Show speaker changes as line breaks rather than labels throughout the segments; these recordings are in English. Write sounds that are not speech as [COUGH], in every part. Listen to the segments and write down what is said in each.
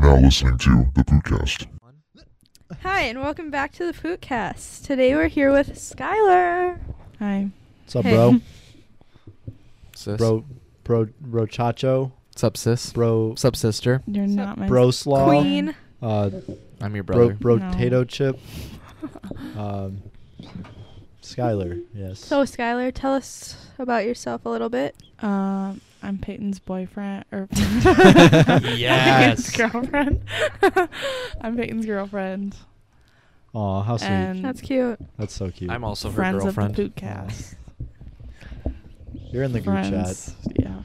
now listening to the Pootcast.
Hi, and welcome back to the Foodcast. Today we're here with Skylar.
Hi.
What's up,
Hey.
[LAUGHS]
bro?
Sis.
bro, bro, bro, chacho,
What's up, sis?
bro,
What's up, sister?
You're
So-
not my
bro, slaw,
Queen.
uh,
I'm your
bro,
brother.
bro,
No.
potato
[LAUGHS]
chip, um, Skylar, yes.
So, Skylar, tell us about yourself a little bit.
Um, I'm Peyton's boyfriend or [LAUGHS]
Yes.
Peyton's girlfriend. [LAUGHS] I'm Peyton's girlfriend.
Aw, how sweet.
and
That's cute.
That's so cute.
I'm also her
friends of the
girlfriend.
Bootcast.
You're in the group chat.
friends. Yeah.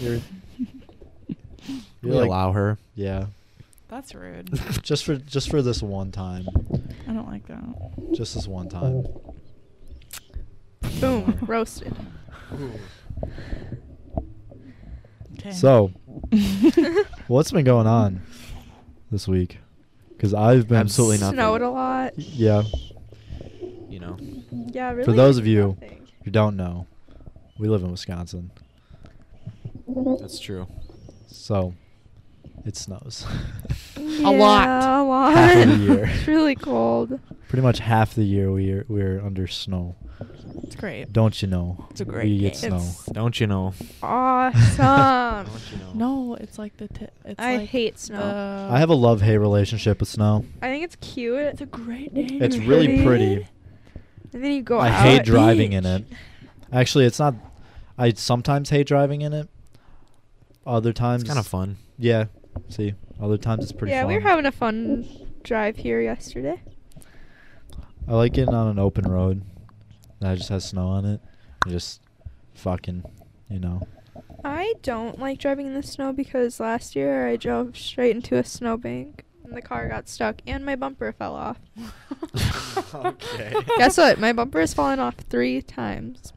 You're,
We
you're like,
allow her.
yeah.
[LAUGHS] That's rude.
[LAUGHS] Just for just for this one time,
I don't like that.
just this one time. [LAUGHS]
Boom. Roasted.
Okay. [LAUGHS]
So, what's been going on this week? Because I've been
Absolutely nothing.
not.
Snowed a lot.
Yeah.
You know.
Yeah, really.
those of you-
nothing.
If you don't know, we live in Wisconsin,
That's true.
so it snows.
Yeah, [LAUGHS]
lot.
A lot.
[LAUGHS] Half of the year.
[LAUGHS] it's really cold.
Pretty much half the year we're we're under snow.
it's great.
Don't you know?
It's a great
we get
game.
snow.
It's-
Don't you know?
[LAUGHS]
[LAUGHS] Awesome.
Don't you know?
No, it's like the. T- it's
I
like uh,
hate snow.
the-
I have a love hate relationship with snow.
I think it's cute.
It's a great name.
It's really pretty.
and then you go
I
out.
hate driving in it.
beach.
[LAUGHS]
Actually, it's not. I sometimes hate driving in it. Other times,
It's kind of fun.
Yeah. See, other times it's pretty.
yeah, we were
fun.
having a fun drive here yesterday.
I like getting on an open road that just has snow on it. And just fucking, you know.
I don't like driving in the snow because last year I drove straight into a snowbank and the car got stuck and my bumper fell off.
Okay.
[LAUGHS] Guess what? My bumper has fallen off three times.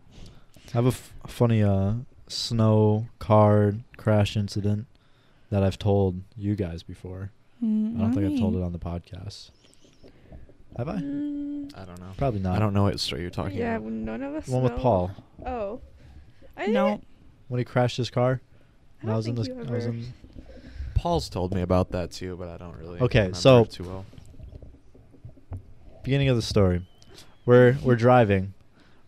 I have a f- funny uh snow car crash incident that I've told you guys before.
Mm,
I don't think I've told
mommy.
it on the podcast. Have I?
Mm,
I don't know.
Probably not.
I don't know what story you're talking
yeah,
about.
none of us.
The one with
know.
Paul
Oh, I
No.
didn't-
when he crashed his car.
I don't
was
think
in
you
the. I was
ever-
in.
Paul's told me about that too, but I don't really.
Okay,
remember
so-
it too well.
beginning of the story. We're we're driving.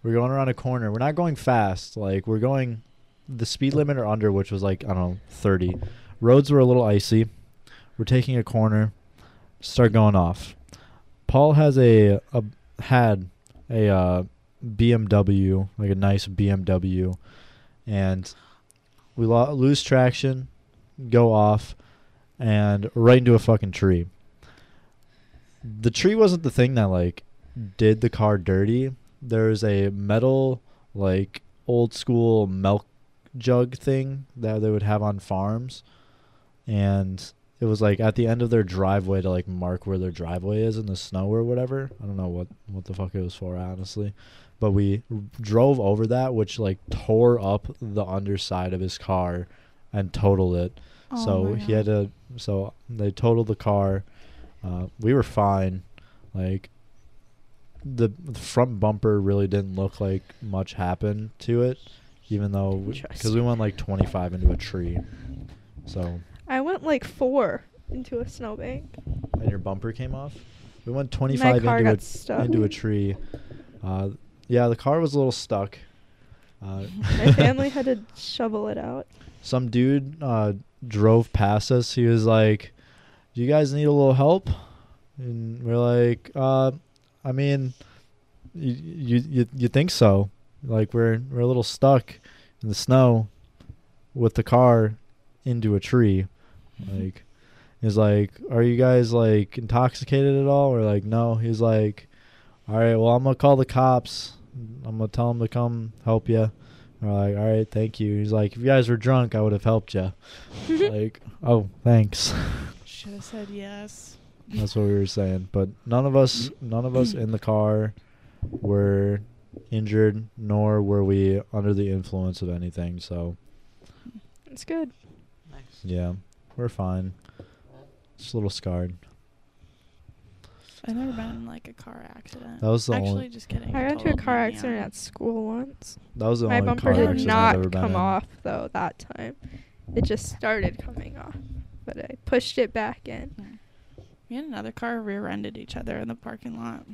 We're going around a corner. We're not going fast. Like we're going the speed limit or under, which was like I don't know, thirty. Roads were a little icy. We're taking a corner. Start going off. Paul has a, a had a uh, BMW, like a nice BMW, and we lo- lose traction, go off, and right into a fucking tree the tree wasn't the thing that like did the car dirty. There's a metal like old school milk jug thing that they would have on farms and it was like at the end of their driveway to like mark where their driveway is in the snow or whatever. I don't know what what the fuck it was for honestly. But we drove over that which like tore up the underside of his car and totaled it
Oh
so
my
he had
God.
to. So they totaled the car. Uh, we were fine. Like the the front bumper really didn't look like much happened to it, even though because we went like 25 into a tree. So
I went like four into a
[LAUGHS]
snowbank.
and your bumper came off. We went
My
25
car
into
got
a,
stuck.
into a tree. Uh, yeah, the car was a little stuck. Uh,
[LAUGHS] My family had to shovel it out.
some dude uh, drove past us. He was like, "Do you guys need a little help?" And we're like, uh, "I mean, you, you you you think so? Like we're we're a little stuck in the snow with the car into a tree. Like, he's like, "Are you guys like intoxicated at all?" We're like, "No." He's like, "All right, well, I'm gonna call the cops. I'm gonna tell them to come help you." We're like, all right, thank you. He's like, if you guys were drunk, I would have helped you. like, oh, thanks.
Should have said yes.
That's
[LAUGHS]
what we were saying. But none of us, none of us in the car were injured, nor were we under the influence of anything. So,
It's good.
yeah, we're fine. Just a little scarred.
I've never been in like a car accident.
That was the
Actually,
only-
just kidding.
I got into a
totaled
car
my
accident
aunt.
at school once.
That was the
My
only
bumper
car
did
accident I've ever
not
been
come
in.
off though that time. It just started coming off. but I pushed it back in.
Mm. Me and another car rear-ended each other in the parking lot.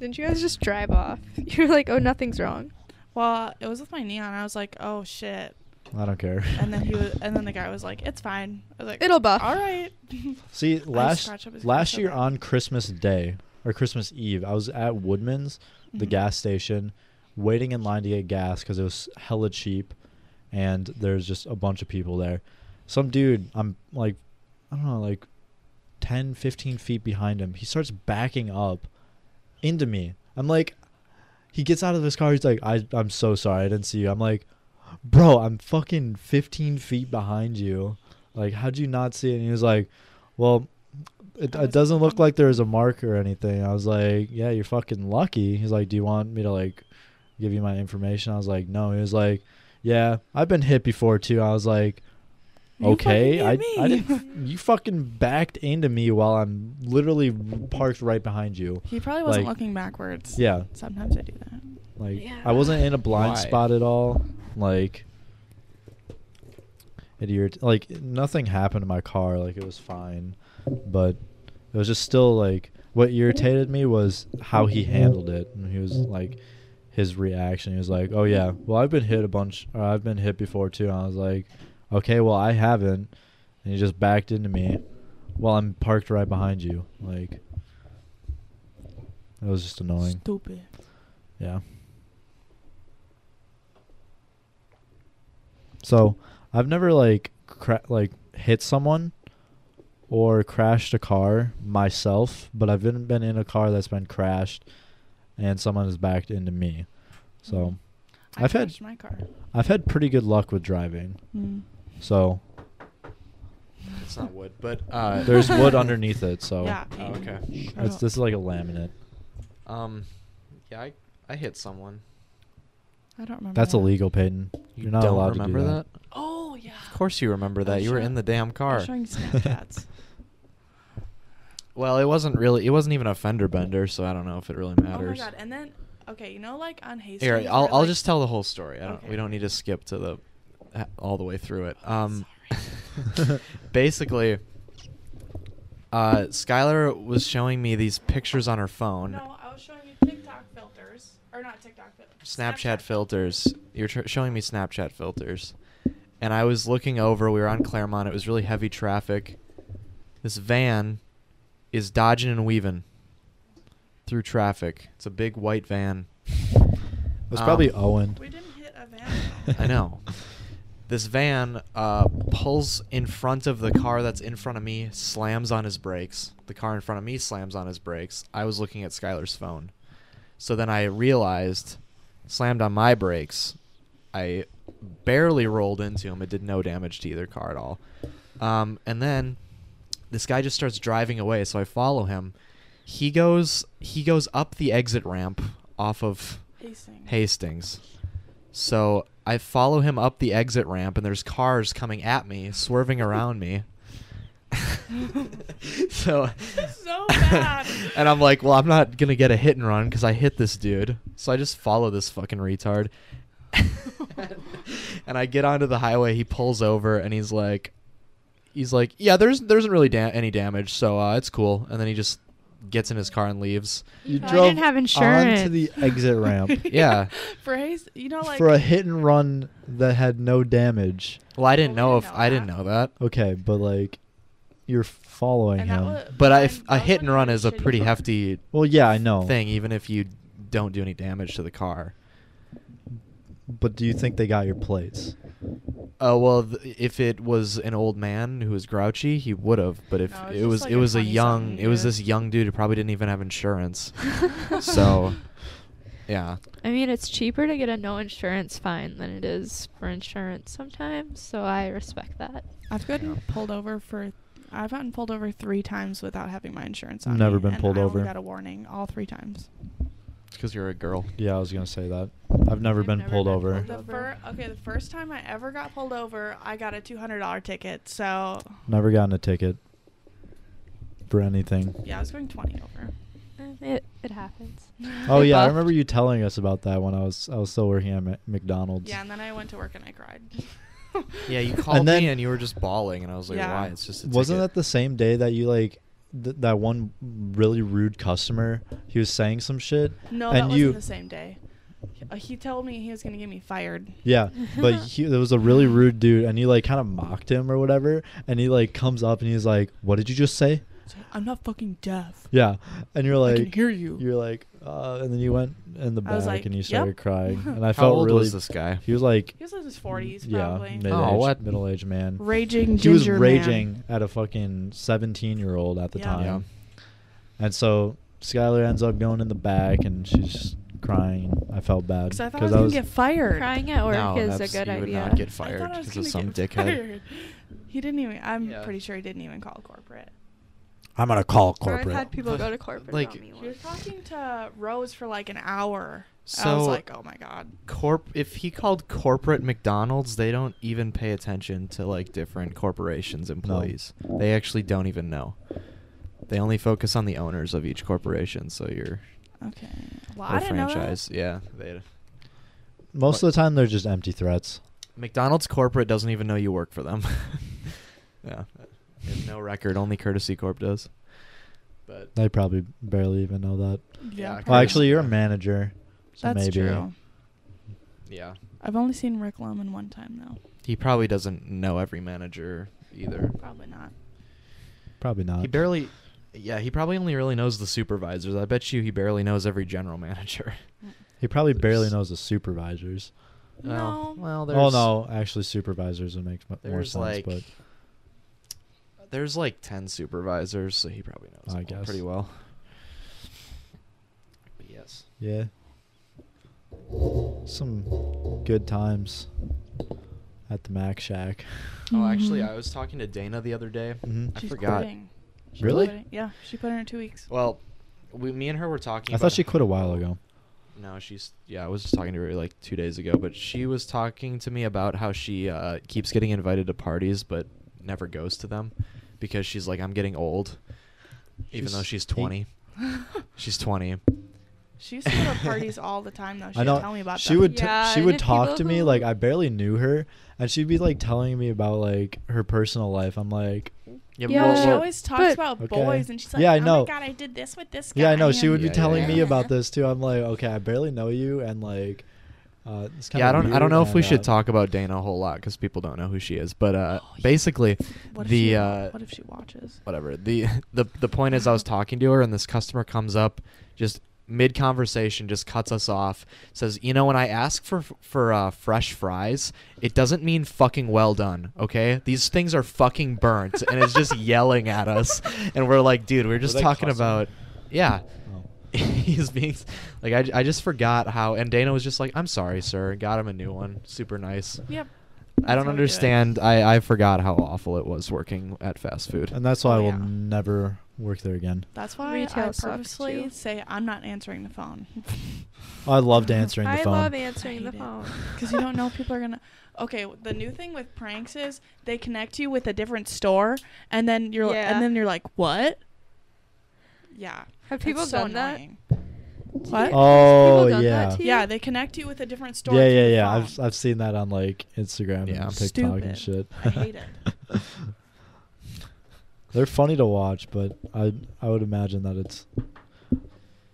Didn't you guys just drive off? [LAUGHS] You were like, oh, nothing's [LAUGHS] wrong.
Well, it was with my neon. I was like, "Oh shit!"
I don't care.
And then
[LAUGHS]
he uh, was, and then the guy was like, "It's fine." I was like,
It'll buff.
All right.
See, last
scratch up his
last
face
year
over.
on Christmas Day or Christmas Eve, I was at Woodman's, the
Mhm.
gas station, waiting in line to get gas because it was hella cheap, and there's just a bunch of people there. Some dude, I'm like, I don't know, like 10, 15 feet behind him. He starts backing up into me. I'm like, he gets out of his car. He's like, I, I'm so sorry. I didn't see you. I'm like, bro, I'm fucking 15 feet behind you. Like, how'd you not see it? And he was like, well, it,
I
it
was
doesn't look
looking.
like there was a mark or anything. I was like, yeah, you're fucking lucky. He's like, do you want me to like give you my information? I was like, no. He was like, yeah, I've been hit before too. I was like,
[LAUGHS] You
okay, I,
fucking hit
I
me.
didn't, [LAUGHS] you fucking backed into me while I'm literally parked right behind you.
[LAUGHS] He probably wasn't
Like-
looking backwards.
Yeah,
Sometimes I do that.
like
Yeah.
I wasn't in a blind
Why?
spot at all. Like it irrit- like nothing happened to my car. Like it was fine, but it was just still like what irritated me was how he handled it. And he was like his reaction. He was like, "Oh yeah, well I've been hit a bunch. Or I've been hit before too." And I was like, "Okay, well I haven't." And he just backed into me while I'm parked right behind you. Like it was just annoying.
Stupid.
Yeah. So I've never like cra- like hit someone or crashed a car myself, but I've been been in a car that's been crashed and someone has backed into me.
Mm-hmm.
So
I
I've had-
crashed my car. Hmm.
I've had pretty good luck with driving. So
It's not wood, but uh,
[LAUGHS] there's wood underneath it, so
yeah.
Oh,
Peyton,
okay.
shut
it's
up.
this is like a laminate.
Um, yeah, I, I hit someone.
I don't remember.
That's
that.
illegal, Peyton.
You
You're not
don't
allowed
remember
to do
that?
Oh yeah.
Of course you remember that.
I'm
You were
sure-
in the damn car.
I'm
[LAUGHS]
showing Snapchats.
Well, it wasn't really. It wasn't even a fender bender, so I don't know if it really
oh my
matters.
god. And then okay, you know like on Hastings.
Here, I'll
where,
I'll
like-
just tell the whole story. I don't.
Okay. Oh,
We don't need to skip to the ha- all the way through it. Um,
sorry.
[LAUGHS] basically, uh, Skylar was showing me these pictures on her phone,
No, I was showing you TikTok filters or not TikTok filters.
Snapchat filters. You're tr- showing me Snapchat filters, and I was looking over. We were on Claremont. It was really heavy traffic. This van is dodging and weaving through traffic. It's a big white van.
It was
Um,
probably Owen.
We didn't
[LAUGHS]
hit a van.
I
[LAUGHS]
know. This van uh, pulls in front of the car that's in front of me, slams on his brakes. The car in front of me slams on his brakes. I was looking at Skylar's phone. So then I realized, slammed on my brakes. I barely rolled into him. It did no damage to either car at all. Um, and then this guy just starts driving away, so I follow him. He goes he goes up the exit ramp off of
Hastings.
Hastings. So I follow him up the exit ramp, and there's cars coming at me, swerving around me. [LAUGHS] so,
So bad.
[LAUGHS] and I'm like, well, I'm not gonna get a hit and run because I hit this dude. So I just follow this fucking retard. [LAUGHS] and I get onto the highway. He pulls over, and he's like, he's like, yeah, there's there isn't really da- any damage, so uh, it's cool. And then he just gets in his car and leaves.
You
I
drove
didn't have
onto
insurance.
the
[LAUGHS]
exit ramp.
[LAUGHS] Yeah.
[LAUGHS] For Hast- you know like
for a hit and run that had no damage.
Well, I didn't
Well,
know
we
if
Oh, didn't know
I didn't
that.
know that.
Okay, but like you're following
and that
him.
wa-
But I,
mine-
if
that
a
was
hit
when
and
I
run
had a
is a
shitty
pretty
car.
hefty
well, yeah, I know.
thing, even if you don't do any damage to the car.
But do you think they got your plates?
Oh well, th- if it was an old man who was grouchy, he would have. But if
No, it's
it
just
was
like
it
a
was a
20-something
young it was
dude.
this young dude who probably didn't even have
[LAUGHS]
insurance. so, yeah,
I mean, it's cheaper to get a no insurance fine than it is for insurance sometimes, so I respect that.
I've gotten pulled over for. I've gotten pulled over three times without having my insurance on.
Never
me,
been
and
pulled
I
over.
Only got a warning all three times.
because you're a girl.
Yeah, I was gonna say that. I've never
I've
been
never
pulled
been
over.
pulled
The fir- okay, the first time I ever got pulled over, I got a two hundred dollar ticket. So
Never gotten a ticket for anything.
yeah, I was going twenty over.
It it happens.
Oh
It
yeah, I
buffed.
remember you telling us about that when I was I was still working at Ma- McDonald's.
Yeah, and then I went to work and I cried.
Yeah,
[LAUGHS]
you
And
called
then-
me and you were just bawling, and I was like,
Yeah.
"Why?" It's just a
Wasn't
ticket.
that the same day that you like th- that one really rude customer? He was saying some shit.
No,
and
that
you,
wasn't the same day. He- uh, He told me he was gonna get me fired.
Yeah,
[LAUGHS]
but he, there was a really rude dude, and you like kind of mocked him or whatever, and he like comes up and he's like, "What did you just say?"
He's like, I'm not fucking deaf.
Yeah, and you're
I
like,
can hear you.
are like, uh, and then you went in the
I
back
was like,
and you
"Yep."
started crying, and I
How
felt
old
really.
was this guy?
He was like,
He was in his 40s,
Mm, yeah,
probably.
middle
Oh,
aged,
what?
middle aged man.
Raging
he was
ginger man.
raging at a fucking 17 year old at the
Yeah.
time and so skylar ends up going in the back and she's just crying i felt bad
Because I thought I was, gonna get fired.
Crying at work
no,
is a
that's-
good
you would
idea.
not get
I
fired
thought I was
because of
gonna
some
get
dickhead.
fired. He didn't even. I'm
Yeah.
pretty sure he didn't even call corporate.
i'm gonna call
Or I've had people go to corporate
Like-
about me
He was
once.
talking to Rose for like an hour. I
So-
was like, oh my god.
Corp. If he called corporate McDonald's, they don't even pay attention to like different corporations' employees. They actually don't even know. They only focus on the owners of each corporation. So your
Okay. Well,
or
I didn't
franchise, yeah. They,
most of the time they're just empty threats
McDonald's corporate doesn't even know you work for them. [LAUGHS] yeah, They have no record. Only Courtesy Corp does. But
they probably barely even know that
know that.
Yeah,
Yeah.
well
Probably
actually you're a
not.
manager so
That's
maybe
true.
yeah,
I've only seen Rick Lemon one time though.
he probably doesn't know every manager either.
Probably not.
probably not
He barely. Yeah, he probably only really knows the supervisors. I bet you he barely knows every general manager.
Mm.
he probably barely
There's-
knows the supervisors
Well,
No.
well, there's.
oh no actually supervisors would make m-
[LAUGHS]
more
There's
sense
like.
but
There's like ten supervisors, so he probably knows
I
them all
guess.
pretty well. But yes.
yeah some good times at the mac shack
[LAUGHS]
Oh, actually,
Mhm.
I was talking to Dana the other day.
Mhm.
I
She's
forgot.
quitting. She's
Really?
quitting. Yeah, she put in her two weeks. [LAUGHS]
Well, we, me and her were talking.
I
about
thought she quit a while ago.
No, she's yeah. I was just talking to her like two days ago, but she was talking to me about how she uh, keeps getting invited to parties but never goes to them because she's like, I'm getting old, even though she's
She's
20.
eight-
She's 20.
she used to go to parties all
[LAUGHS]
the time though. She
I know.
would tell me about
she
them.
would t-
Yeah,
she
and
would
if
talk
people
to me
who-
like I barely knew her, and she'd be like telling me about like her personal life. I'm like,
Yeah,
Yeah,
Well, she
Well,
always talks
but-
about
Okay.
boys, and she's like,
Yeah, I
"Oh
know.
my god, I did this with this guy."
yeah, I know. She
and-
would be
Yeah,
telling
yeah,
me
yeah.
about this too. I'm like, okay, I barely know you, and like, uh, it's kind
yeah. I
of.
don't. I don't know if we should
uh,
talk about Dana a whole lot because people don't know who she is. But
[GASPS]
uh,
Oh, yeah.
basically,
What if
the
she,
uh,
what if she watches?
whatever. The [LAUGHS] the the point is I was talking to her and this customer comes up just mid conversation just cuts us off says you know when i ask for for uh, fresh fries it doesn't mean fucking well done okay these things are fucking burnt and it's
[LAUGHS]
just yelling at us and we're like dude we we're just
they
talking
cussing?
about yeah [LAUGHS]
Oh.
he's being like I, I just forgot how and dana was just like i'm sorry sir got him a new one super nice
Yep.
i
That's how we
don't
do it.
understand i i forgot how awful it was working at fast food
And that's why
Oh,
I will
yeah.
never work there again.
That's why
Retail
I
sucks,
purposely
too.
say I'm not answering the phone.
I loved answering the
I
phone.
love answering the
hate it.
[LAUGHS]
[LAUGHS]
phone.
Because you don't know if people are gonna. Okay, w- the new thing with pranks is they connect you with a different store, and then you're
Yeah.
and then you're like, what? Yeah.
[LAUGHS] Have
that's
people
so
done that?
annoying.
Do
What?
you-
Oh,
people done that
yeah.
to you?
Yeah, they connect you with a different store.
yeah,
through
yeah,
the
yeah.
phone.
I've I've seen that on like Instagram
Yeah.
and TikTok and
Stupid.
shit.
I hate it.
[LAUGHS] They're funny to watch, but I I would imagine that it's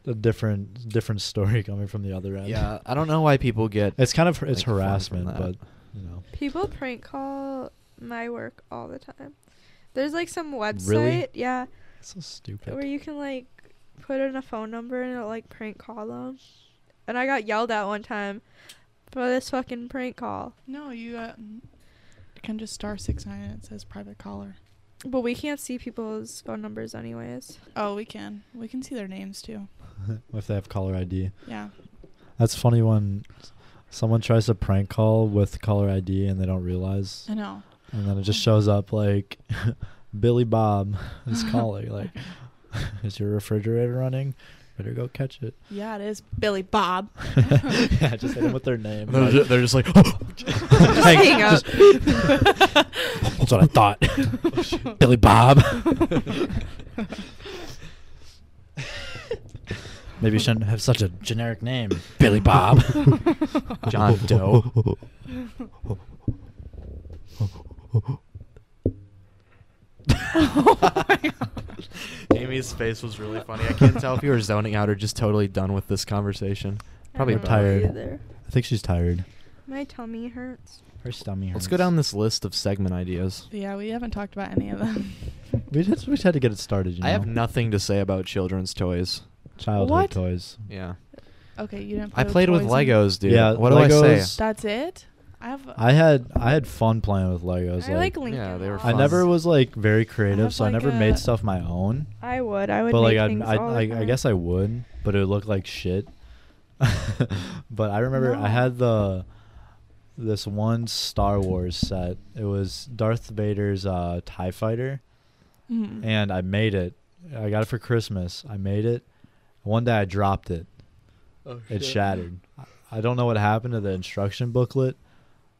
a different different story coming from the other end.
Yeah, I don't know why people get. [LAUGHS]
It's kind of it's
like, fun from
harassment,
that.
but you know.
People prank call my work all the time. There's like some website, yeah,
It's so stupid.
where you can like put in a phone number and it'll like prank call them. And I got yelled at one time for this fucking prank call.
No, you uh, can just star six nine and it says private caller.
But we can't see people's phone numbers anyways.
Oh, we can. We can see their names too.
if they have caller ID.
Yeah.
That's funny when someone tries to prank call with caller ID and they don't realize [LAUGHS]
I know.
and then it just shows up like [LAUGHS] Billy Bob
[LAUGHS]
is calling like [LAUGHS] is your refrigerator running? Better go catch it.
Yeah, it is Billy Bob.
[LAUGHS] yeah, just hit them with their name.
They're
like-
just, they're just like, "Oh!"
[LAUGHS]
[LAUGHS]
Like,
hang up.
That's what I thought.
[LAUGHS]
Billy Bob. Maybe you shouldn't have such a generic name. [LAUGHS] Billy Bob.
[LAUGHS]
John Doe. [LAUGHS] Amy's face was really funny. I can't tell if you were zoning out or just totally done with this conversation. Probably
I don't know
tired.
Either.
I think she's tired.
My tummy hurts.
Her stomach.
Let's
hurts.
go down this list of segment ideas.
Yeah, we haven't talked about any of them.
[LAUGHS] We just, we just had to get it started. You
I have
know?
nothing to say about children's toys.
Childhood
What?
toys.
Yeah.
Okay, you didn't. Play
I played with
toys and-
Legos, dude.
Yeah,
what do I say?
Legos.
That's it. I have.
I had I had fun playing with Legos.
I like Lincoln.
Yeah, they were
I
fun.
never was like very creative,
have,
so I
like,
never
a-
made stuff my own.
I would. I would.
but like
make
I
things all
I,
the
I, I
time.
guess I would, but it would look like shit. [LAUGHS] but I remember
No.
I had the this one Star Wars set. It was Darth Vader's uh, Tie Fighter,
Mhm.
Mm-hmm.
and I made it. I got it for Christmas. I made it. One day I dropped it.
Oh,
it shattered. I- I don't know what happened to the instruction booklet,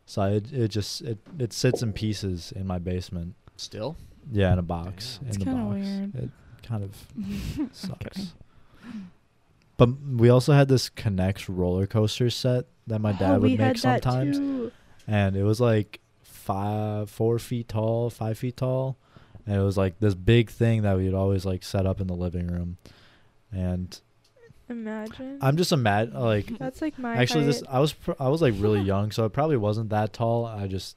so I, it it just it it sits in pieces in my basement.
Still?
Yeah, in a box.
Damn.
It's
in the
kinda
box.
weird.
It
[LAUGHS]
kind of
I'm kidding.
sucks. But m- we also had this Connects roller coaster set that my dad
oh,
would
we
make
had that
sometimes,
too.
and it was like five, four feet tall, five feet tall, and it was like this big thing that we'd always like set up in the living room, and
Imagine.
I'm just imagine like
That's like my
actually
height.
this I was pr- I was like
[LAUGHS]
really young, so it probably wasn't that tall. I just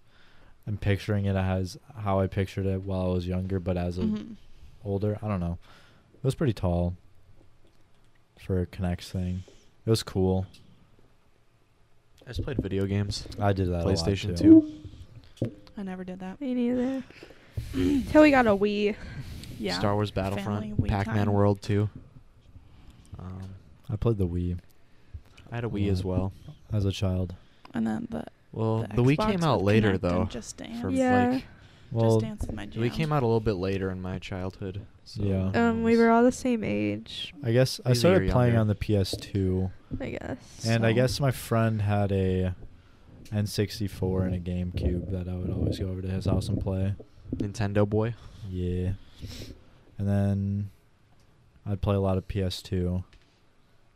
I'm picturing it as how I pictured it while I was younger, but as a
Mhm.
older. I don't know. It was pretty tall for a Connects thing. It was cool.
I just played video games.
I did that.
PlayStation
a lot
2.
I never did that.
Me neither. Till we got a Wii.
Yeah.
Star Wars
Family
Battlefront.
Wii
Pac Man
time.
World 2. Um,
I played the Wii
I had a Wii as well.
as a child.
And then the
Well,
the
the, Wii
Xbox
came out
with
later,
Kinect and
though.
Just Dance.
for,
Yeah.
like,
Well,
Just Dance is my
the
jam.
Wii came out a little bit later in my childhood. So
Yeah.
I don't
Um,
know,
we
it's-
were all the same age,
I guess
Either
I
you're
started playing
younger.
on the PS2,
I guess.
and I
So-
guess my friend had a N64 and a GameCube that I would always go over to his house and play.
Nintendo Boy.
Yeah, and then I'd play a lot of PS2,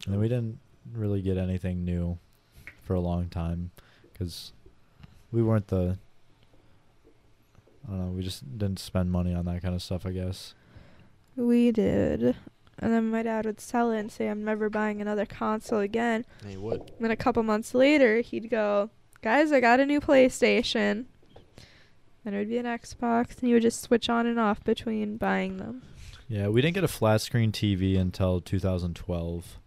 and then we didn't really get anything new for a long time because we weren't the. I don't know. We just didn't spend money on that kind of stuff. I guess.
we did. And then my dad would sell it and say, I'm never buying another console again.
Hey, what?
And then a couple months later, he'd go, Guys, I got a new PlayStation. And it would be an Xbox, and you would just switch on and off between buying them.
Yeah, we didn't get a flat screen TV until 2012.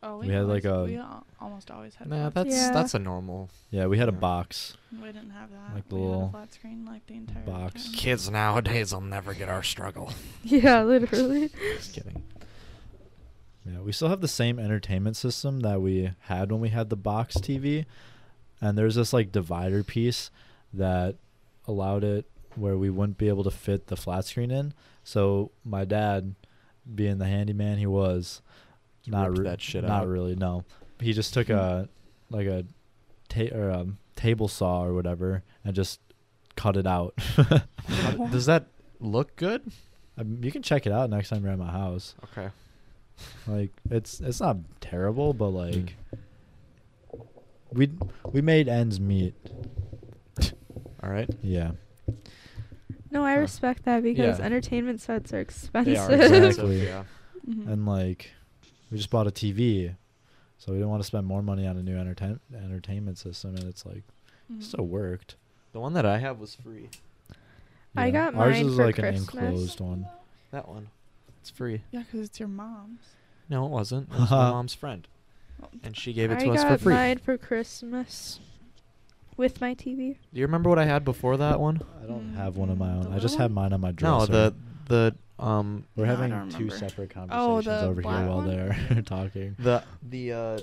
Oh,
we had, like,
always-
a-
We al- almost always had.
Nah,
flat
that's
Yeah.
that's a normal.
Yeah, we had a
Yeah.
box.
screen. We didn't have that.
like the
we had
little
a flat screen like the entire
box.
time.
Kids nowadays will never get our struggle.
[LAUGHS] Yeah, literally.
[LAUGHS] Just kidding.
Yeah, we still have the same entertainment system that we had when we had the box TV, and there's this like divider piece that allowed it where we wouldn't be able to fit the flat screen in. So my dad, being the handyman he was,
He
not
ripped
re-
that shit
not
out.
really no. He just took a like a, ta- or a table saw or whatever and just cut it out. [LAUGHS]
How d- Does that look good?
Um, you can check it out next time you're at my house.
Okay.
Like it's it's not terrible, but
Mm.
like we we made ends meet.
All right.
Yeah,
no, I
Huh.
respect that because
Yeah.
entertainment sets are expensive.
They are
[LAUGHS]
Exactly.
expensive. yeah.
Mhm.
and like we just bought a TV, so we didn't want to spend more money on a new entertain entertainment system, and it's like
Mhm.
still worked.
The one that I have was free.
I got
ours
mine
is
for
like
Christmas.
an enclosed one.
That one. It's free.
Yeah, 'cause it's your mom's.
No, it wasn't. It was my mom's friend,
Oh,
and she gave it
I
to us
got
for free.
mine for Christmas with my TV.
Do you remember what I had before that one?
I don't
Mm,
have one of my
mm,
own.
the
I just
little
have mine on my dresser.
No, the the um
we're
No, I
having
don't
two
remember.
separate
Oh,
conversations
the
over here
black
while
one?
they're [LAUGHS] talking.
the the uh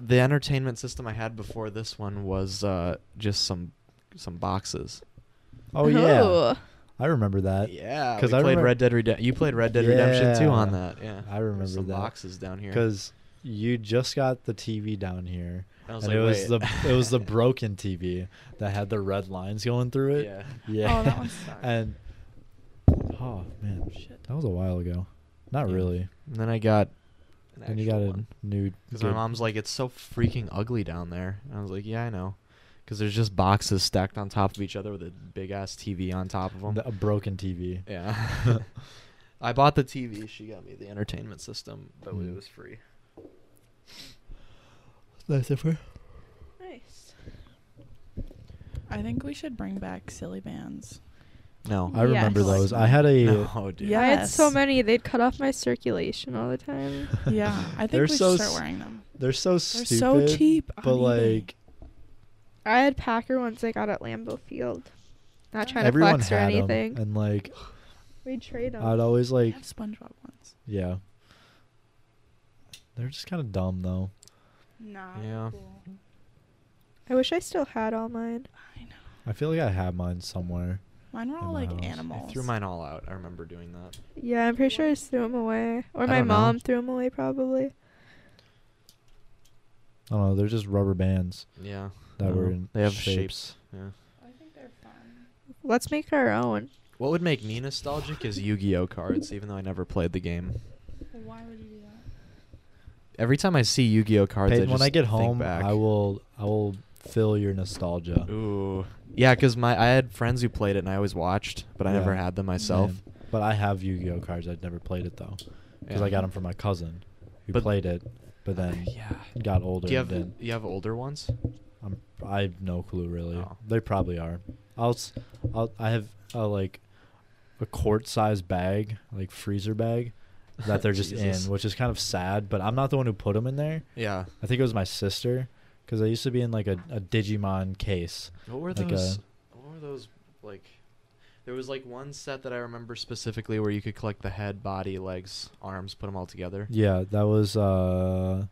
the entertainment system I had before this one was uh just some some boxes.
Oh yeah, I remember that.
yeah,
'cause
because
I
I played
remem-
Red Dead Redemption. You played Red Dead Redemption too on
Yeah.
that. Yeah,
I
There's
remember
some
that.
boxes down here.
because you just got the TV down here,
And I was
and
like,
it was
"Wait."
the it
[LAUGHS]
was the broken TV that had the red lines going through it.
yeah.
Yeah.
Oh, that one sucked.
[LAUGHS] and oh man,
Shit.
that was a while ago. Not
Yeah.
really.
And then I got. An
And you got a
one.
new.
Because my
good-
mom's like, it's so freaking ugly down there. And I was like, yeah, I know. because there's just boxes stacked on top of each other with a big ass TV on top of them.
a broken TV.
yeah. [LAUGHS] I bought the TV. She got me the entertainment system, but
Mm.
it was free.
That's it for.
Nice.
I think we should bring back
[LAUGHS]
silly bands.
No.
I remember
Yes.
those. I had a.
[LAUGHS]
[LAUGHS]
no, dude.
I had so
Yes.
many. They'd cut off my circulation all the time.
Yeah, I think
They're
we should
so
start
s-
wearing them.
They're so
They're
stupid.
so cheap on
But
eBay.
like
I had Packer ones I got at Lambeau Field. Not trying
everyone
to flex or
had 'em,
anything.
and like
We'd trade them.
I'd always
I
like
have SpongeBob ones.
yeah. They're just kind of dumb though.
Nah.
Yeah.
cool.
I wish I still had all mine.
I know.
I feel like I have mine somewhere.
Mine were
In
all
my
like
house. I threw
I
animals.
threw mine all out. I remember doing that.
Yeah, I'm pretty sure I just threw them away. Or
I
my
don't know.
mom threw 'em threw them away, probably.
I don't know. They're just rubber bands
Yeah.
that
Oh,
were in
they have
shapes.
Yeah.
I think they're fun.
Let's make our own.
What would make me nostalgic is Yu-Gi-Oh cards, even though I never played the game.
Why would you do that?
Every time I see Yu-Gi-Oh cards,
Peyton,
I just
when I get
think
home,
back.
I will I will fill your nostalgia.
Ooh, yeah, because my I had friends who played it and I always watched, but I
Yeah.
never had them myself.
Man. But I have Yu-Gi-Oh cards. I've never played it though, because
Yeah.
I got them from my cousin, who
But- Oh,
played it, but then
yeah.
got older.
Do you have
and didn't.
you have older ones?
I'm I have no clue really.
Oh.
They probably are. I'll s- I'll I have a, like a quart size bag, like
[LAUGHS]
freezer bag that they're just
Jesus.
in, which is kind of sad, but I'm not the one who put them in there.
Yeah.
I think it was my sister cuz they used to be in like a, a Digimon case.
What were
Like,
those?
uh,
what were those like? There was like one set that I remember specifically where you could collect the head, body, legs, arms, put them all together.
Yeah, that was uh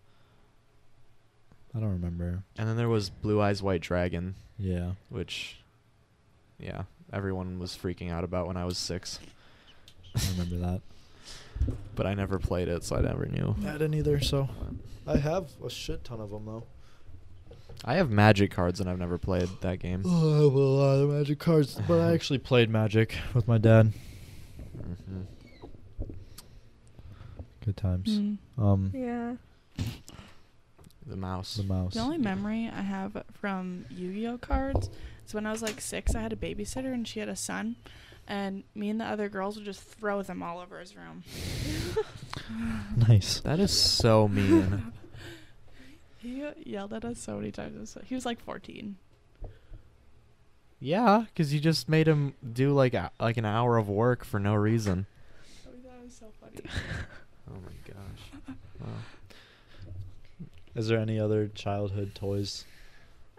I don't remember.
And then there was Blue Eyes White Dragon,
Yeah.
which, yeah, everyone was freaking out about when I was six,
I remember [LAUGHS] that.
but I never played it, so I never knew.
I didn't either, so I have a shit ton of them though.
I have Magic cards and I've never played that game.
Oh, I have a lot of magic cards, but I actually played magic with my dad.
hmm
Good times.
Mm. Hmm.
Um,
Yeah.
The mouse.
the mouse.
The only memory I have from Yu-Gi-Oh cards is when I was like six. I had a babysitter and she had a son, and me and the other girls would just throw them all over his room.
[LAUGHS] nice.
That is [LAUGHS] so mean.
He uh, yelled at us so many times. He was like 14.
yeah, because you just made him do like a, like an hour of work for no reason.
That was so funny.
Oh my gosh.
Is there any other childhood toys?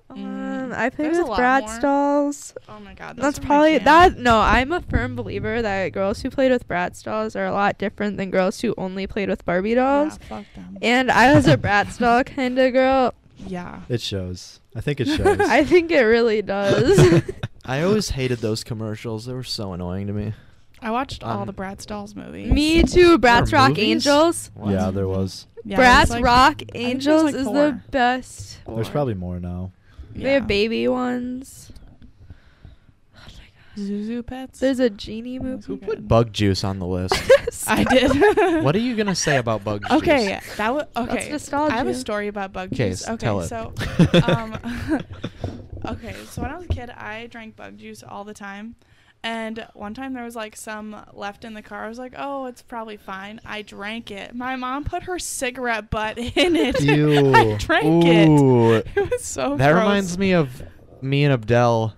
Um,
Mm.
I played
There's a
with
lot
Bratz
more.
dolls.
[LAUGHS] Oh my god.
That's
those were my
probably
jam.
that. No, I'm a firm believer that girls who played with Bratz dolls are a lot different than girls who only played with Barbie
Yeah,
dolls.
fuck them.
And I was a Bratz
[LAUGHS]
doll kind of girl.
yeah.
It shows. I think
[LAUGHS]
it shows.
I think it really does.
I always hated those commercials. They were so annoying to me.
I watched all
Um,
the Bratz Dolls
[LAUGHS]
movies.
Me too. Bratz
There were
Rock
movies?
Angels.
What?
Yeah, there was.
Yeah,
Bratz
there's, like-
Rock
there's,
Angels
like,
is the
four.
best.
There's
Or-
probably more now.
They have
yeah.
baby ones.
Zuzu pets.
There's a genie
Those
movie.
were good.
Bug juice
[LAUGHS]
on the list.
[LAUGHS]
I did.
what are you gonna say about bug juice?
Okay, that was okay. I have
nostalgia.
a story about bug
Okay,
juice.
s-
Okay,
tell it. [LAUGHS]
so um, [LAUGHS] okay, so [LAUGHS] when I was a kid, I drank bug juice all the time. And one time there was like some left in the car. I was like, "Oh, it's probably fine." I drank it. My mom put her cigarette butt in it. [LAUGHS]
Ew.
I drank it.
Ooh.
It was so.
that
gross.
reminds me of me and Abdel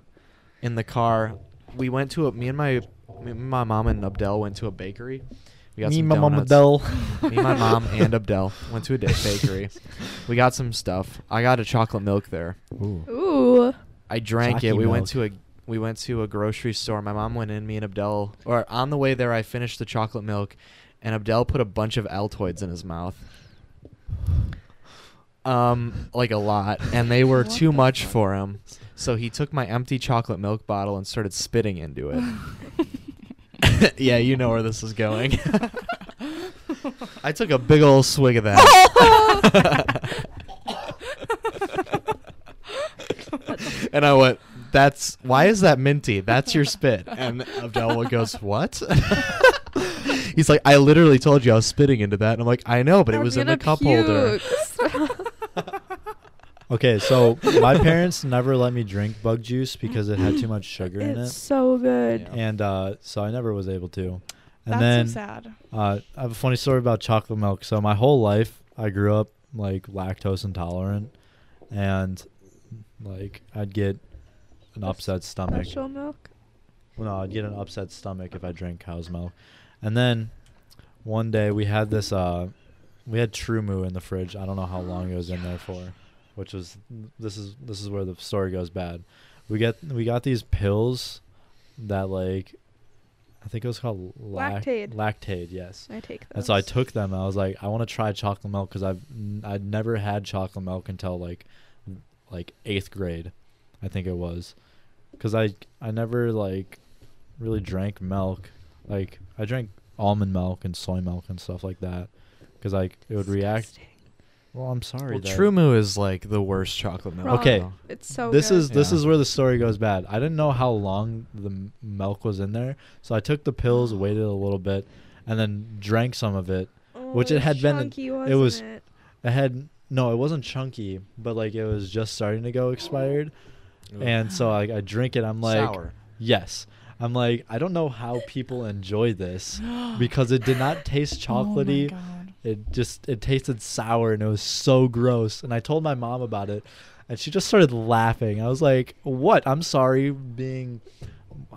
in the car. We went to a me and my me, my mom and Abdel went to a bakery. We got
Me,
some
my mom,
donuts.
Adele.
Me, my mom, and
[LAUGHS]
Abdel went to a da- bakery. We got some stuff. I got a chocolate milk there.
Ooh.
Ooh.
I drank
Jockey
it. We
milk.
went to a we went to a grocery store. My mom went in. Me and Abdel, or on the way there, I finished the chocolate milk, and Abdel put a bunch of Altoids in his mouth. Um, like a lot, and they were
What
too
the
much
fuck?
for him. So he took my empty chocolate milk bottle and started spitting into
[LAUGHS]
it. [LAUGHS] yeah, you know where this is going.
[LAUGHS]
I took a big old swig of that. and I went, "That's why is that minty? That's your spit." And Abdel goes, "What?" [LAUGHS] He's like, "I literally told you I was spitting into that." And I'm like, "I know, but it
I'm
was in the
gonna
cup holder."
puke.
[LAUGHS] Okay, so
[LAUGHS]
my parents never let me drink bug juice because it had too much sugar in
It's
it,
so good.
Yeah.
and uh, so I never was able to. And
That's
then
so sad.
Uh, I have a funny story about chocolate milk. So my whole life, I grew up like lactose intolerant, and like I'd get an upset stomach.
Special milk.
Well, no, I'd get an upset stomach if I drank cow's milk. And then one day we had this, uh, we had True Moo in the fridge. I don't know how long it was in there for, which was this is this is where the story goes bad. We get we got these pills that like, I think it was called lac-
Lactaid.
Lactaid, yes.
I take those.
And so I took them. I was like, I want to try chocolate milk because I've n- I'd never had chocolate milk until like n- like eighth grade, I think it was, because I I never like really drank milk. Like I drank almond milk and soy milk and stuff like that, because like it would react.
Disgusting.
Well, I'm sorry.
Well,
that-
True Moo is like the worst chocolate milk.
Okay.
though.
It's so
this
good.
is this
Yeah.
is where the story goes bad. I didn't know how long the m- milk was in there, so I took the pills, waited a little bit, and then drank some of it.
Oh,
which it
it's
had been-
chunky,
it was-
wasn't it?
I had no, it wasn't chunky, but like it was just starting to go expired,
Ooh.
and so like I drink it. I'm like,
sour.
yes, I'm like, I don't know how people enjoy
[GASPS]
this because it did not taste chocolatey.
Oh my God.
it just it tasted sour and it was so gross. And I told my mom about it, and she just started laughing. I was like, what? I'm sorry, being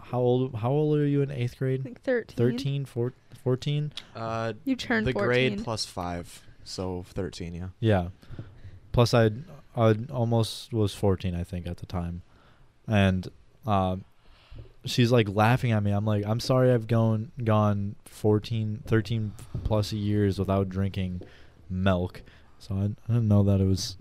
how old? How old are you in eighth
I
grade?
think 13.
13, 14? 14?
Uh,
You turned
the
14.
grade plus five, so thirteen. Yeah.
Yeah. Plus, I I almost was 14, I think, at the time, and um, she's like laughing at me. I'm like, I'm sorry, I've gone gone 14, 13 plus years without drinking milk. So I, I didn't know that it was,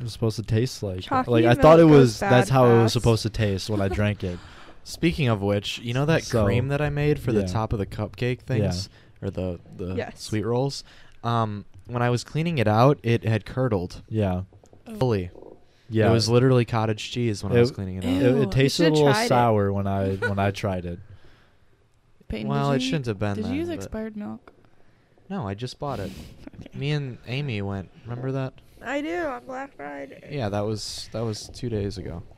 it was supposed to taste like. that.
Chalky
Like I thought it
milk goes
was. That's
bad
how it
fast.
was supposed to
[LAUGHS]
taste when I drank it.
Speaking of which, you know that
So-
cream that I made for
yeah.
the top of the cupcake things or the the
Yes.
sweet rolls? Um, when I was cleaning it out, it had curdled
Yeah.
fully.
Yeah.
It was literally cottage cheese when I
It-
was cleaning it
It,
out.
it
Ew, you
tasted a
should've
little
tried it.
sour when I when I tried it.
Peyton,
well,
did
it
you-
shouldn't have been
Did
then,
you use
but-
expired milk?
No, I just bought it.
Okay.
Me and Amy went. Remember that?
I do on Black Friday.
Yeah, that was that was two days ago. [LAUGHS]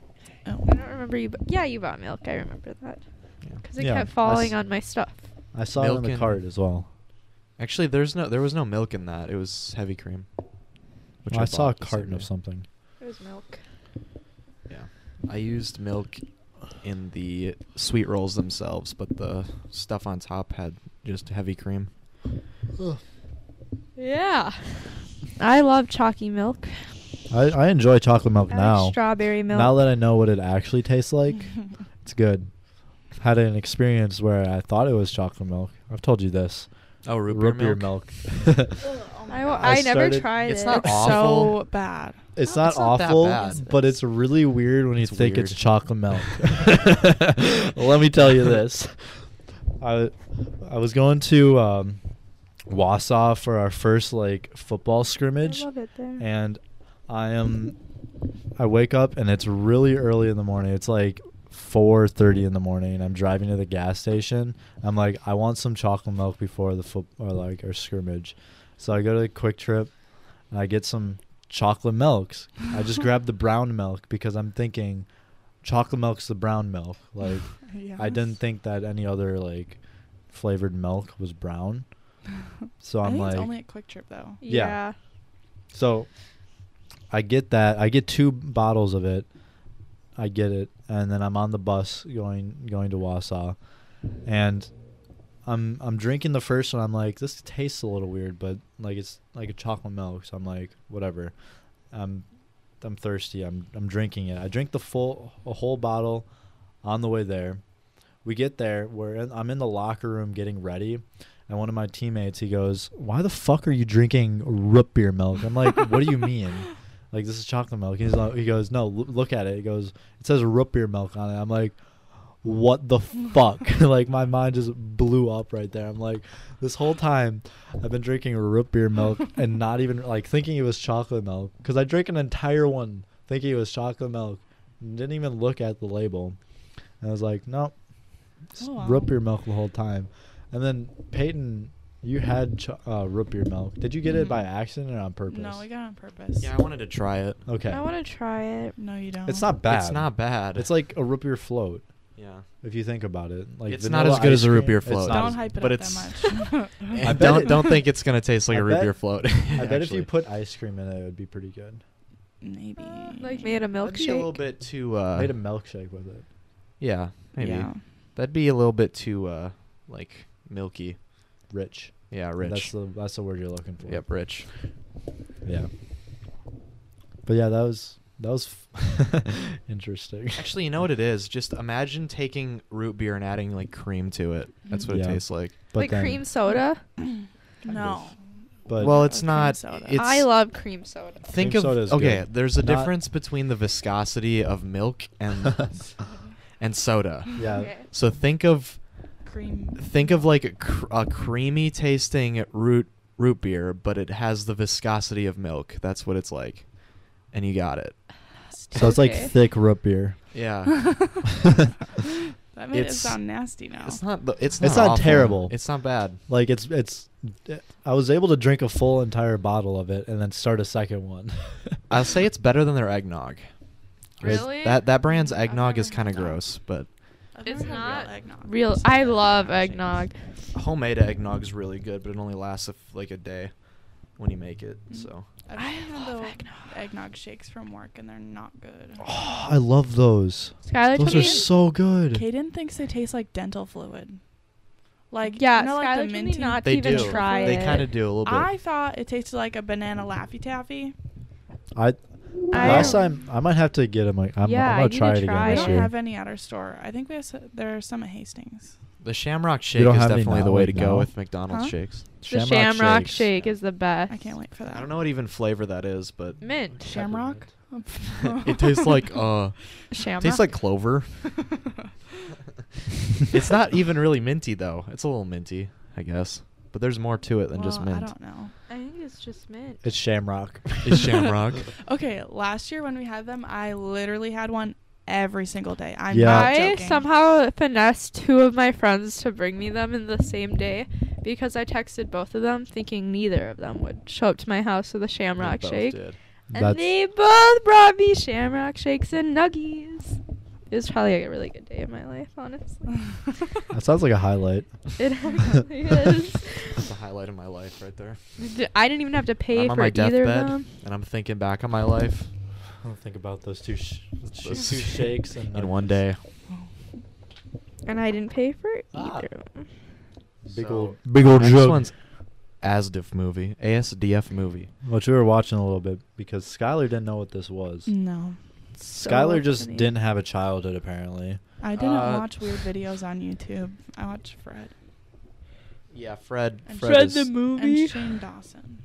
Oh.
I don't remember you. Bu- yeah, you bought milk. I remember that.
Yeah.
Because it
Yeah,
kept
I
falling
s-
on my stuff.
I saw it in
Milk
the
and-
cart as well.
Actually, there's no there was no milk in that. It was heavy cream.
Well, I, saw a
bought the same
carton of
day.
something.
It was milk.
Yeah. I used milk in the sweet rolls themselves, but the stuff on top had just heavy cream.
Yeah. I love chalky milk.
I, I enjoy chocolate milk
I
now.
like strawberry milk.
Now that I know what it actually
[LAUGHS]
tastes like,
[LAUGHS]
it's good. Had an experience where I thought it was chocolate milk. I've told you this.
Oh, root, beer milk.
[LAUGHS]
Oh
[LAUGHS]
my
I,
God.
wa-
I
I never
started-
tried
It's
it.
not
It's
awful.
so bad.
it's
No,
not
[LAUGHS]
it's not that
awful,
bad.
but it's really weird when you
It's
think it's
weird. [LAUGHS]
chocolate milk. [LAUGHS] Let me tell you this. I I was going to um, Wausau for our first like football scrimmage.
I love it there.
and I am I wake up and it's really early in the morning. It's like 4:30 in the morning and I'm driving to the gas station. I'm like I want some chocolate milk before the foot or like our scrimmage. So I go to Quick Trip and I get some chocolate milks. I just grab the brown milk because I'm thinking chocolate milk's the brown milk. Like
Yeah.
I didn't think that any other like flavored milk was brown. So
I
I'm
think
like
it's only a quick trip though.
yeah. so I get that. I get two bottles of it. I get it, and then I'm on the bus going going to Wausau, and I'm I'm drinking the first one. I'm like, this tastes a little weird, but like it's like a chocolate milk. So I'm like, whatever. I'm I'm thirsty. I'm I'm drinking it. I drink the full a whole bottle on the way there. We get there. We're in, I'm in the locker room getting ready, and one of my teammates he goes, "Why the fuck are you drinking root beer milk?" I'm like, "What do you mean?" Like this is chocolate milk. He's like, he goes, "No, l- look at it." He goes, "It says root beer milk on it." I'm like, "What the fuck?" [LAUGHS] like my mind just blew up right there. I'm like, this whole time I've been drinking root beer
[LAUGHS]
milk and not even like thinking it was chocolate milk because I drank an entire one thinking it was chocolate milk. and Didn't even look at the label. And I was like, "No,
Oh, wow.
root beer milk the whole time." And then Peyton You had ch- uh, root beer milk. Did you get it by accident or on purpose?
Mm-hmm. No, we got it on purpose.
Yeah, I wanted to try it.
Okay.
I want to try it.
No, you don't.
It's not bad.
It's not bad.
It's like a root beer float.
yeah.
If you think about it, like
It's not
vanilla
as good as
ice
a root
cream-
beer
it's
float.
not
Don't
as-
hype it
but
up that
[LAUGHS] it's-
much. [LAUGHS]
I
And
bet
don't
it-
don't think it's gonna
[LAUGHS]
taste like
I
a root
bet-
beer float.
[LAUGHS] I bet
[LAUGHS]
if
actually.
you put ice cream in it, it would be pretty good.
[LAUGHS] Maybe.
Like made a
That'd be a little
milkshake.
bit too. Uh,
I made a milkshake with it.
yeah, maybe
Yeah.
that'd be a little bit too uh, like milky.
Rich.
Yeah, rich.
That's the that's the word you're looking for.
Yep,
[LAUGHS]
rich.
Yeah. But yeah, that was that was [LAUGHS] f- interesting.
Actually, you know what it is? Just imagine taking root beer and adding like cream to it. That's what
Yeah.
it tastes like.
[LAUGHS] But
like
then-
cream soda.
No.
But
well,
Uh,
it's
cream
not.
soda.
It's,
I love cream soda.
Think
Cream
of
soda is
okay.
good.
There's a
Not-
difference between the viscosity of milk
[LAUGHS]
and and soda.
yeah.
Okay.
So think of
Cream.
think of like a, cr- a creamy tasting root root beer, but it has the viscosity of milk. That's what it's like, and you got it.
So it's like
Okay.
thick [LAUGHS] root beer.
[LAUGHS]
Yeah, [LAUGHS]
that made it
It's-
sound nasty now.
it's not. the- It's not.
It's not
awful.
terrible.
It's not bad.
Like it's it's. I was able to drink a full entire bottle of it and then start a second one.
[LAUGHS] I'll say it's better than their eggnog. It's-
Really?
That that brand's
Mm, I've
eggnog
never
is kind of
had that.
gross, but
I've
It's
never had
not
eggnog.
Real.
It's
I
good.
love
Actually,
eggnog.
homemade eggnog is really good, but it only lasts a f- like a day when you make it.
Mm.
So
I've
I
had
love
the
eggnog.
eggnog shakes from work, and they're not good.
Oh, I love those.
Skylar
Those
took me
are
in-
so good.
Kaden thinks they taste like dental fluid. Like
Yeah,
you know,
Skylar
like
told
the
me
minty.
not
they
even
do.
try
they
it.
kind of do a little bit.
I thought it tasted like a banana laffy taffy.
I
I-
last time I might have to get them. Like, I'm,
Yeah, I
I'm gonna
need to
try it
try it.
again
I
this
don't
year.
have any at our store. I think we have s there are some at Hastings.
the Shamrock
You
Shake
don't
is
have any
definitely
now,
the way
like
to
now?
go with McDonald's
Huh?
shamrock
The Shamrock
shakes.
Shake is the best.
I can't wait for that.
I don't know what even flavor that is, but
Mint.
Shamrock.
[LAUGHS] it
[LAUGHS]
tastes like uh
Shamrock.
tastes like
[LAUGHS]
[LAUGHS]
clover. it's not even really minty though. It's a little minty, I guess. But there's more to it than just
Well,
mint.
I don't know.
I think it's just mint.
It's Shamrock.
It's
[LAUGHS]
Shamrock.
[LAUGHS] Okay, last year when we had them, I literally had one every single day. I'm
Yeah.
not
I
joking.
somehow finessed two of my friends to bring me them in the same day because I texted both of them thinking neither of them would show up to my house with a
They
shamrock
both
shake.
did.
And
That's-
they both brought me shamrock shakes and nuggies. It was probably like a really good day in my life,
[LAUGHS]
honestly.
that sounds like a highlight.
It actually
[LAUGHS]
is.
[LAUGHS] That's the highlight of my life right there.
D- I didn't even have to pay
I'm on
for
my
either of
deathbed
them.
and I'm thinking back on my life.
think about those two, sh-
Those
two shakes and
in one day.
And I didn't pay for
Ah.
either of them.
Big
So,
old, big old
Next
jug.
one's ASDF movie. ASDF movie.
Which we were watching a little bit because Skylar didn't know what this was.
no,
Skylar
Mm.
just
funny.
didn't have a childhood apparently.
I didn't
Uh,
watch weird videos on YouTube. I watched Fred
Yeah, Fred.
And
Fred,
Fred
is-
the movie.
and Shane Dawson.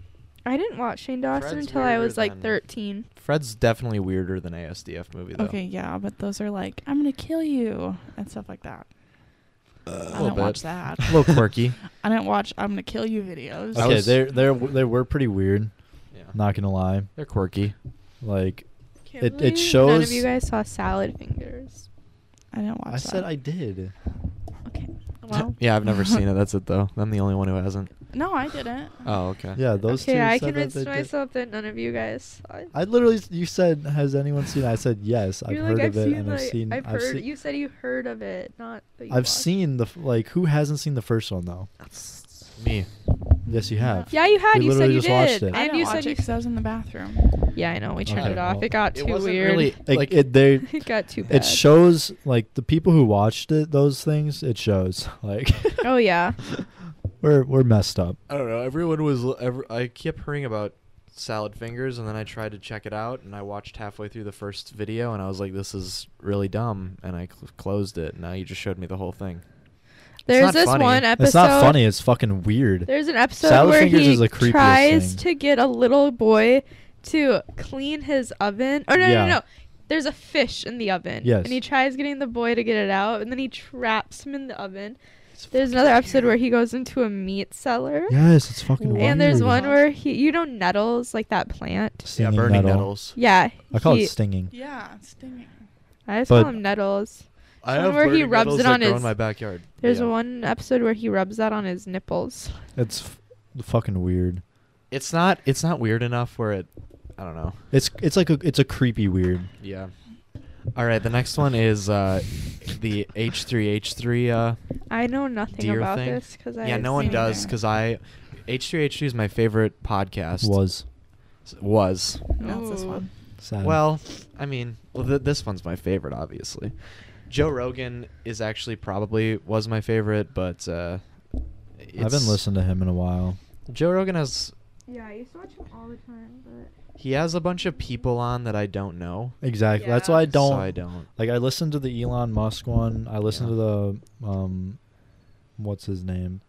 I didn't watch Shane Dawson
Fred's
until I
weirder
was like
than-
13.
Fred's definitely weirder than ASDF movie though.
Okay, yeah, but those are like I'm gonna kill you and stuff like that. I
little
didn't
bit.
watch that.
A little
[LAUGHS]
quirky.
I didn't watch I'm gonna kill you videos.
I
Okay,
was-
they're they're they were pretty weird.
Yeah.
Not gonna lie,
They're quirky.
like
Can't
It- it
believe None of
shows-
you guys saw salad fingers.
I didn't watch
I
that.
said, I did.
[LAUGHS]
Okay.
Well,
yeah, I've never seen it. That's it though. I'm the only one who
[LAUGHS]
hasn't.
no, I didn't.
Oh, okay.
Yeah, those
okay,
two.
I
said that
convinced
they did.
myself that none of you guys saw it.
I literally, you said, has anyone seen? it?" I said yes. I've
You're
heard
like, I've
of it,
seen,
and
like,
I've seen.
I've heard.
seen,
you said you heard of it, not that you
I've
watched.
seen the f- like. Who hasn't seen the first one though?
Me.
Yes, you have.
Yeah, you had.
We
you said
literally
you
just watched
did,
it.
I
and
didn't
you
watch
said
it
you.
'cause I was in the bathroom.
Yeah, I know. We turned
Okay,
it off.
well,
it got too
it wasn't
weird.
really
Like,
like
it, they
[LAUGHS] it got too bad.
it shows like the people who watched it those things it shows [LAUGHS] like
oh yeah.
[LAUGHS] we're we're messed up
I don't know. Everyone was. l- Every, I kept hearing about salad fingers, and then I tried to check it out, and I watched halfway through the first video, and I was like, "This is really dumb," and I cl- closed it. And now you just showed me the whole thing.
There's
not
this
funny.
one episode.
it's not funny it's fucking weird
There's an episode
Salad
where
Fingers
he
is the creepiest
tries
thing.
to get a little boy to clean his oven. Oh no,
Yeah.
no, no, no. There's a fish in the oven.
Yes.
And he tries getting the boy to get it out, and then he traps him in the oven.
It's
There's another episode where he goes into a meat cellar.
yes it's fucking
And
weird
And there's one
Weird.
where he, you know, nettles like that plant.
stinging
yeah, burning
nettle.
nettles.
Yeah.
i call
he-
it stinging
Yeah, stinging.
I just
but-
call him nettles.
I
one
have
where he
burning
rubs
nettles
it
that
on
grow in
his-
my backyard.
There's
Yeah.
one episode where he rubs that on his nipples.
It's f- fucking weird.
It's not. It's not weird enough where it. I don't know.
It's it's like a it's a creepy weird.
Yeah. All right. The next one is uh, the H3H3. Uh,
I know nothing
Deer
about
thing?
this because I
yeah, no
haven't
one
seen
does
it.
because I H3H3 is my favorite podcast.
Was
was.
No, it's this one.
sad.
Well, I mean, well, th- this one's my favorite, obviously. Joe Rogan is actually probably was my favorite, but uh,
I haven't listened to him in a while.
Joe Rogan has
Yeah, I used to watch him all the time, but
he has a bunch of people on that I don't know.
Exactly. That's
Yeah.
why I
So
don't.
So I don't.
Like I listened to the Elon Musk one. I listened
Yeah.
to the um, what's his name?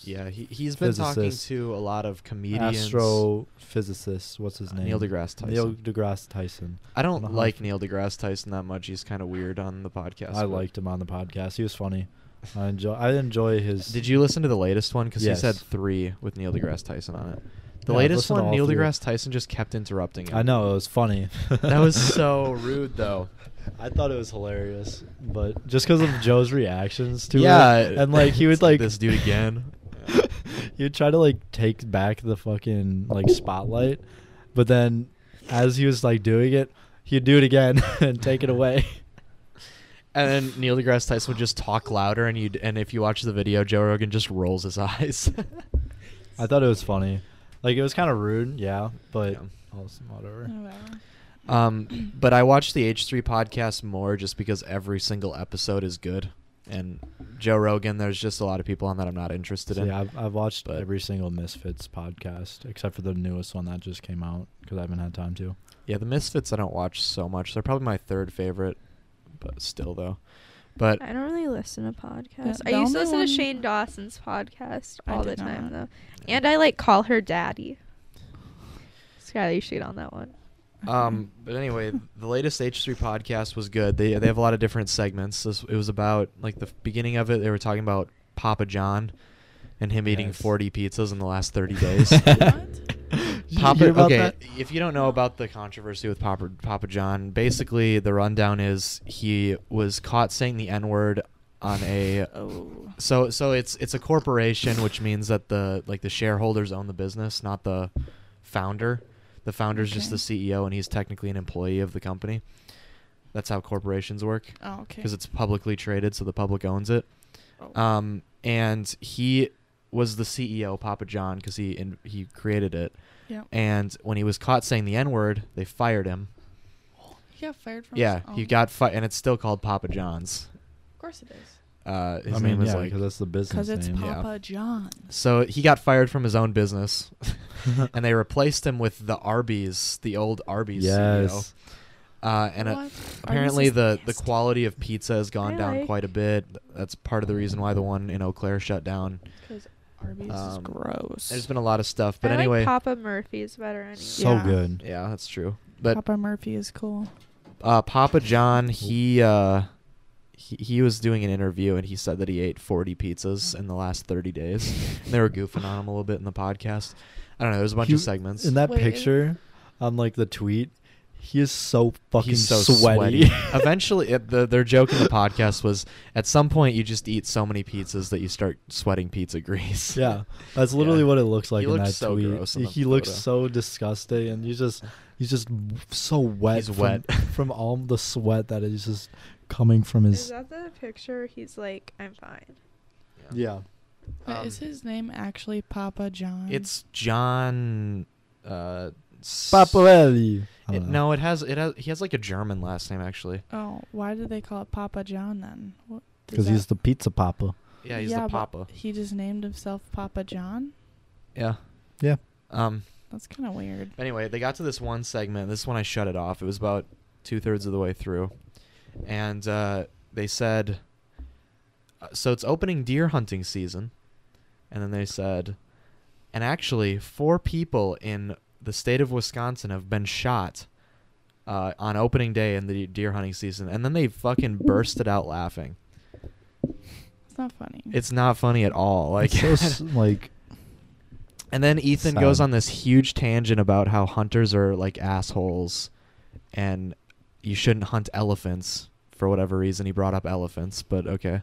Yeah, he he's been talking
Physicist.
to a lot of comedians.
Astrophysicist. What's his
Uh,
name?
Neil deGrasse Tyson.
Neil deGrasse Tyson.
I don't
Uh-huh.
like Neil deGrasse Tyson that much. He's kind of weird on the podcast.
I
but-
liked him on the podcast. He was funny. I enjoy. I enjoy his.
Did you listen to the latest one? Because
Yes.
he said three with Neil deGrasse Tyson on it. The
Yeah, I've
latest
listened to
one,
all
Neil
three.
deGrasse Tyson just kept interrupting him.
I know it was funny.
That
[LAUGHS]
was so rude, though.
I thought it was hilarious, but just because of Joe's reactions to
Yeah,
it, and like he
[LAUGHS]
would
it's like,
like
"This dude
[LAUGHS]
again."
he would try to like take back the fucking like spotlight, but then as he was like doing it, he'd do it again [LAUGHS] and take
[LAUGHS]
it away.
And then Neil deGrasse Tyson would just talk louder, and you and if you watch the video, Joe Rogan just rolls his [LAUGHS] eyes.
I thought it was funny, like it was kind of rude, yeah, but
Yeah.
also whatever.
Oh, whatever.
um, but I watch the H three podcast more just because every single episode is good, and Joe Rogan. There's just a lot of people on that I'm not interested
So,
in.
yeah, I've, I've watched
But-
every single Misfits podcast except for the newest one that just came out because I haven't had time to.
Yeah, the Misfits I don't watch so much. They're probably my third favorite, but still though. But
I don't really listen to podcasts.
The-
I
the
used to
only
listen
one-
to Shane Dawson's podcast
I
all the
did
time
not.
though, and I like call her daddy. Skylar, you should get on that one.
[LAUGHS]
um, but anyway, the latest H3 podcast was good. They they have a lot of different segments. This it was about like the beginning of it. They were talking about Papa John, and him eating
Yes.
40 pizzas in the last
[LAUGHS]
30 days. [LAUGHS]
Did you
Papa,
hear about
okay.
that?
If you don't know about the controversy with Papa Papa John, basically the rundown is he was caught saying the N word on a
Oh.
So so it's it's a corporation, which means that the like the shareholders own the business, not the founder. The founder's just the
Okay.
CEO, and he's technically an employee of the company. That's how corporations work,
Oh, okay.
because it's publicly traded, so the public owns it.
Oh.
Um, and he was the CEO, Papa John, because he in, he created it.
yeah.
And when he was caught saying the N word, they fired him.
He got fired from. his
Yeah, he
own-
got fired, and it's still called Papa John's.
Of course it is.
Uh, his
I mean,
name is
yeah,
like
because that's the business.
Because it's
name.
Yeah.
Papa John.
So he got fired from his own
[LAUGHS]
business, and they replaced him with the Arby's, the old
[LAUGHS]
Arby's
Yes.
CEO. Uh, and uh
What?
apparently,
Arby's is
the, the
nasty.
quality of pizza has gone
I
down
like-
quite a bit. That's part of the reason why the one in Eau Claire shut down.
Because Arby's is
Um,
gross.
There's been a lot of stuff, but
I
anyway,
like Papa Murphy's better anyway.
So
Yeah.
good.
yeah, that's true. But
Papa Murphy is cool.
uh, Papa John, he uh, he he was doing an interview, and he said that he ate 40 pizzas in the last 30 days. and they were goofing on him a little bit in the podcast. I don't know. There's a bunch
He-
of segments.
In that
Wait, is-
picture, on like the tweet, he is so fucking
He's so
sweaty. [LAUGHS]
Eventually, it, the, their joke in the podcast was at some point you just eat so many pizzas that you start sweating pizza grease.
[LAUGHS] yeah, that's literally
Yeah.
what it looks like
He
in
looks
that
so
tweet.
gross in the
he looks
photo.
so disgusting, and he's just he's just so wet.
He's
from,
wet.
[LAUGHS] from all the sweat that is just coming from
Is
his.
that the picture? where He's like, I'm fine.
Yeah,
But
Um,
is his name actually Papa John?
It's John. Uh, s-
Paparelli. I
It,
don't know.
no, it has it has he has like a German last name actually.
Oh, why did they call it Papa John then? What- does
because
that-
he's the pizza papa.
Yeah, he's the
but
Papa.
He just named himself Papa John.
Yeah.
Yeah.
Um.
That's kind of weird.
Anyway, they got to this one segment. This one I shut it off. It was about two thirds of the way through, and uh, they said, uh, "So it's opening deer hunting season," and then they said, "And actually, four people in the state of Wisconsin have been shot uh, on opening day in the deer hunting season," and then they fucking bursted out laughing.
It's not funny.
It's not funny at all. Like,
It's
[LAUGHS]
so s- like
And then Ethan
Sad.
goes on this huge tangent about how hunters are like assholes and you shouldn't hunt elephants for whatever reason. He brought up elephants, but okay.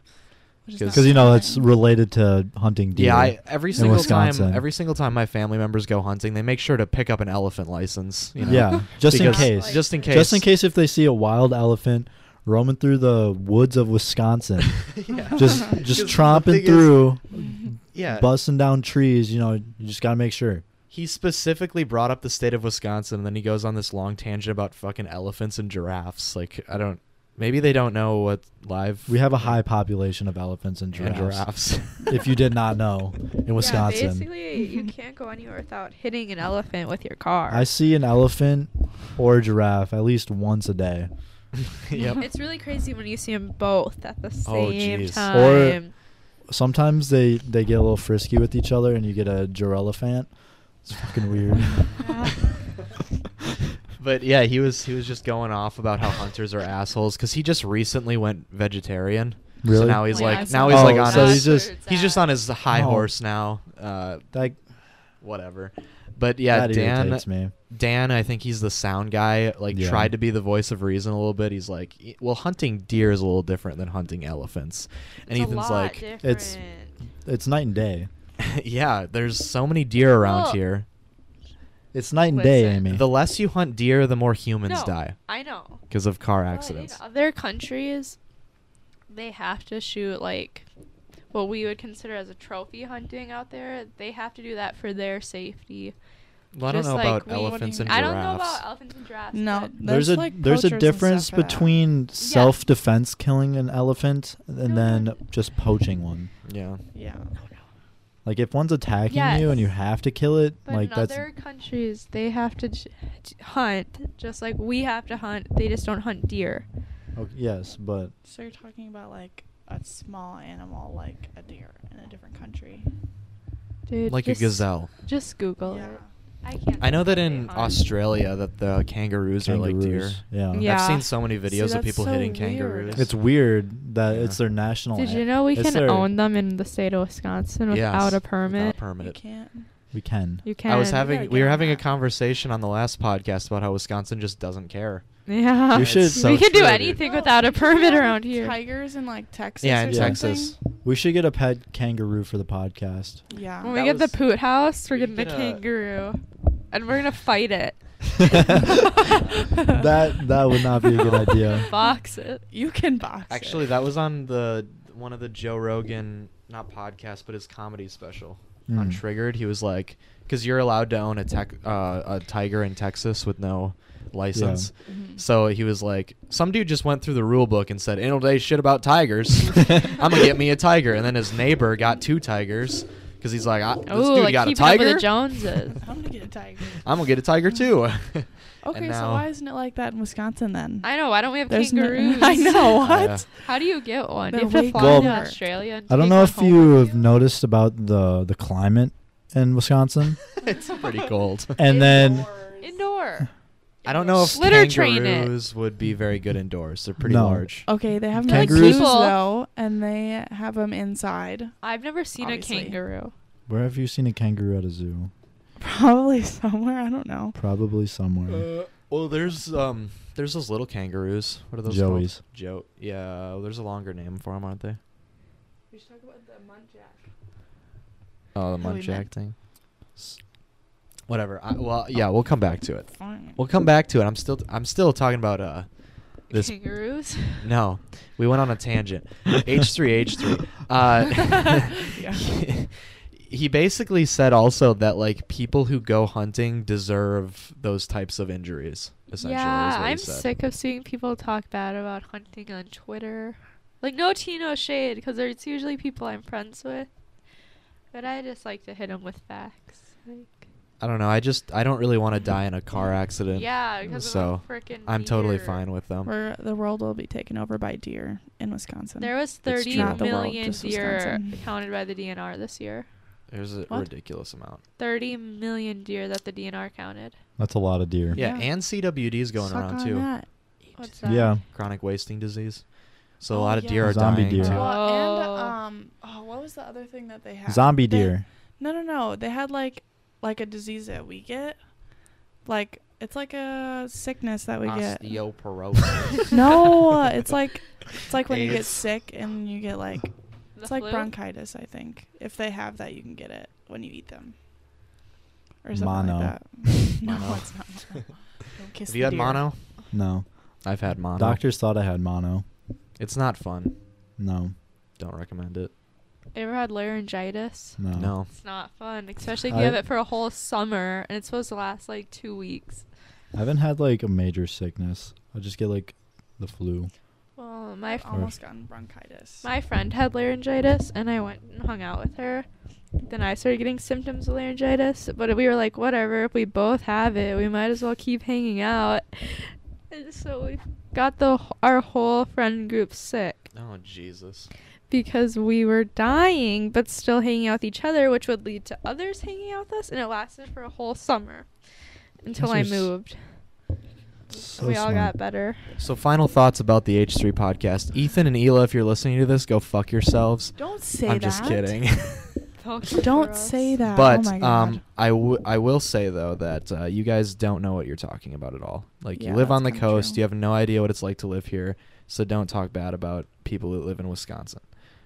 Which is
Because-
not
Because you know that's
fine.
related to hunting deer.
Yeah, I, every
In
single time,
Wisconsin.
every single time my family members go hunting, they make sure to pick up an elephant license. You know?
Yeah, just in
Because-
case.
Just in case.
Just
[LAUGHS]
in case if they see a wild elephant roaming through the woods
[LAUGHS]
of Wisconsin,
Yeah. [LAUGHS]
just
Because
just
the thing
tromping
is-
through,
[LAUGHS] Yeah.
busting down trees. You know, you just gotta make sure.
He specifically brought up the state of Wisconsin, and then he goes on this long tangent about fucking elephants and giraffes. Like, I don't. Maybe they don't know what live.
We have a high population of elephants and giraffes.
giraffes.
[LAUGHS] if you did
[LAUGHS]
not know, in
Yeah,
Wisconsin,
basically, [LAUGHS] you can't go anywhere without hitting an elephant with your car.
I see an elephant or a giraffe at least once a day.
yep.
[LAUGHS] It's really crazy when you see them both at the
Oh,
same
jeez.
Or-
time.
Sometimes they they get a little frisky with each other, and you get a girelephant. It's fucking weird.
[LAUGHS] but yeah, he was he was just going off about how hunters are assholes because he just recently went vegetarian. So
Really?
now he's
Yeah, I
like
saw
now
that.
he's like
Oh,
on
so
his,
he's just-
he's just on his high
Oh.
horse now. Uh,
Like
whatever. But yeah,
that
Dan
irritates me.
Dan, I think he's the sound guy. Like
Yeah.
tried to be the voice of reason a little bit. He's like, "Y- well, hunting deer is a little different than hunting elephants. And Ethan's like,
It's- It's night and day.
[LAUGHS] yeah, there's so many deer around
Well,
here.
It's night and day,
Listen.
Amy.
The less you hunt deer, the more humans
No,
die
I know.
because of car
But
accidents.
in other countries, they have to shoot like what we would consider as a trophy hunting out there. They have to do that for their safety.
Well, I don't
Just
know
like
about
we- what do you
elephants
mean?
and
I
giraffes.
don't know about elephants and giraffes.
No,
but
there's, a
like,
there's a
poachers and
difference
stuff for that.
between self-defense killing an elephant and
No,
then
no.
just poaching one.
yeah.
Yeah.
Like if one's attacking you and you
Yes.
have to kill it,
But
like
in
that's
other countries, they have to j- j- hunt just like we have to hunt. They just don't hunt deer.
oh, yes, but
So you're talking about like a small animal, like a deer, in a different country.
Dude,
Like
just-
a gazelle.
Just Google
Yeah.
it. I can't.
I know
think
that
they
in
hunt.
Australia that the kangaroos, are like deer.
Kangaroos, yeah.
Yeah.
I've seen so many
See,
videos of
that's
people
so
hitting
weird.
kangaroos.
It's weird that it's
Yeah.
their national.
Did
a-
you know we
it's
can
their-
own them in the state of Wisconsin
Yes,
without a
without
permit?
You
permit.
can't.
We can.
You can.
I was
gotta
having we
get
were
on
having a
that.
conversation on the last podcast about how Wisconsin just doesn't care.
Yeah.
You should- so
we could
true,
do
dude.
anything
No,
without a
did you hear
permit
about
around
the
here.
Tigers in like Texas.
yeah,
or
in
Yeah.
Texas.
something?
We should get a pet kangaroo for the podcast.
Yeah.
When we
That
get
was-
the poot house, we're
we
getting a
could get a-
kangaroo, and we're gonna fight it. [LAUGHS]
[LAUGHS] that that would not be a good idea.
Box it.
You can box. it.
Actually, that was on the one of the Joe Rogan not podcast but his comedy special on
Mm.
Triggered. He was like, because you're allowed to own a tech uh, a tiger in Texas with no license.
Mhm.
So he was like, some dude just went through the rule book and said, "Anal day shit about tigers. I'm gonna get me a tiger." And then his neighbor got two tigers because he's like, I, "This
Oh,
dude
like
got a
keeping up with
tiger. [LAUGHS]
the Joneses.
I'm gonna get a tiger.
I'm gonna get a tiger too." [LAUGHS]
Okay,
And
so
now-
why isn't it like that in Wisconsin then?
I know. Why don't we have
There's no-
kangaroos?
[LAUGHS] I know
[LAUGHS]
Oh, yeah.
what.
How do you get one?
They're
you have
way
to fly
Well,
to
cooler.
Australia. And
I don't
take
know
one
if
home
you
with
have noticed about the the climate
[LAUGHS]
in Wisconsin,
it's pretty cold.
and then
indoor.
I don't know if
Litter train it.
kangaroos would be very good indoors. They're pretty
No.
large.
Okay, they have
Like
kangaroos
people.
though, and they have them inside.
I've never seen
Obviously.
a kangaroo.
where have you seen a kangaroo at a zoo?
Probably somewhere I don't know.
Probably somewhere.
well, there's um, there's those little kangaroos. What are those
Joey's.
called? Joe. Yeah, well, there's a longer name for them, aren't they?
We should talk about the
Oh, the
How we
muntjac
met.
thing. S- Whatever. I, well, yeah, we'll come back to it.
Fine.
We'll come back to it. I'm still I'm still talking about uh, This-
[LAUGHS] kangaroos.
no, we went on a tangent. H three H
[LAUGHS]
three. Uh, [LAUGHS] he basically said also that like people who go hunting deserve those types of injuries. Essentially, is what
Yeah,
he
I'm
said.
sick of seeing people talk bad about hunting on Twitter. Like, no tea, no shade, because it's usually people I'm friends with. But I just like to hit them with facts. Like,
I don't know. I just I don't really want to die in a car accident.
yeah, because
so,
of a freaking.
I'm totally fine with them.
Where the world will be taken over by deer in Wisconsin.
There was
true.
30
Not the
world,
million
just
deer
Wisconsin.
counted by the DNR this year.
There's a
What?
ridiculous amount.
30 million deer that the DNR counted.
That's a lot of deer.
Yeah,
Yeah.
and CWD is going
Suck
around
on
too.
that.
What's that?
Yeah.
Chronic wasting disease. So a
Oh,
lot of
yeah.
deer are
Zombie
dying.
deer.
too.
Oh.
Well,
Oh.
and um, oh, what was the other thing that they had?
Zombie
They-
deer.
No, no, no. They had like like a disease that we get, like It's like a sickness that we get.
Osteoporosis.
[LAUGHS] No, it's like it's like when you get
AIDS.
sick and you get like
The
it's like
flu?
bronchitis. I think if they have that, you can get it when you eat them. Or something
Mono. [LAUGHS]
like that. [LAUGHS] no,
Mono.
it's not. Mono.
[LAUGHS]
Don't kiss
Have
the
you had
deer.
mono?
No.
I've had mono.
Doctors thought I had mono.
It's not fun.
No.
Don't recommend it.
Ever had laryngitis?
No.
No.
It's not fun, especially if you
I-
have it for a whole summer and it's supposed to last like two weeks.
I haven't had like a major sickness. I just get like the flu.
Well, my
I've
f-
almost gotten bronchitis.
my friend had laryngitis and I went and hung out with her. Then I started getting symptoms of laryngitis, but we were like, whatever, if we both have it, we might as well keep hanging out. And so we got the wh- our whole friend group sick
Oh Jesus.
because we were dying but still hanging out with each other, which would lead to others hanging out with us, and it lasted for a whole summer until I
Those are s-
moved.
So
we all
smart.
got better.
So final thoughts about the H3 podcast. Ethan and Ela, if you're listening to this, go fuck yourselves.
Don't say
I'm
that.
just kidding.
Don't say that.
but
oh my God.
um, I, w- I will say though that uh, you guys don't know what you're talking about at all. Like
Yeah,
you live
that's
on the
kinda
coast,
true.
you have no idea what it's like to live here. So don't talk bad about people that live in Wisconsin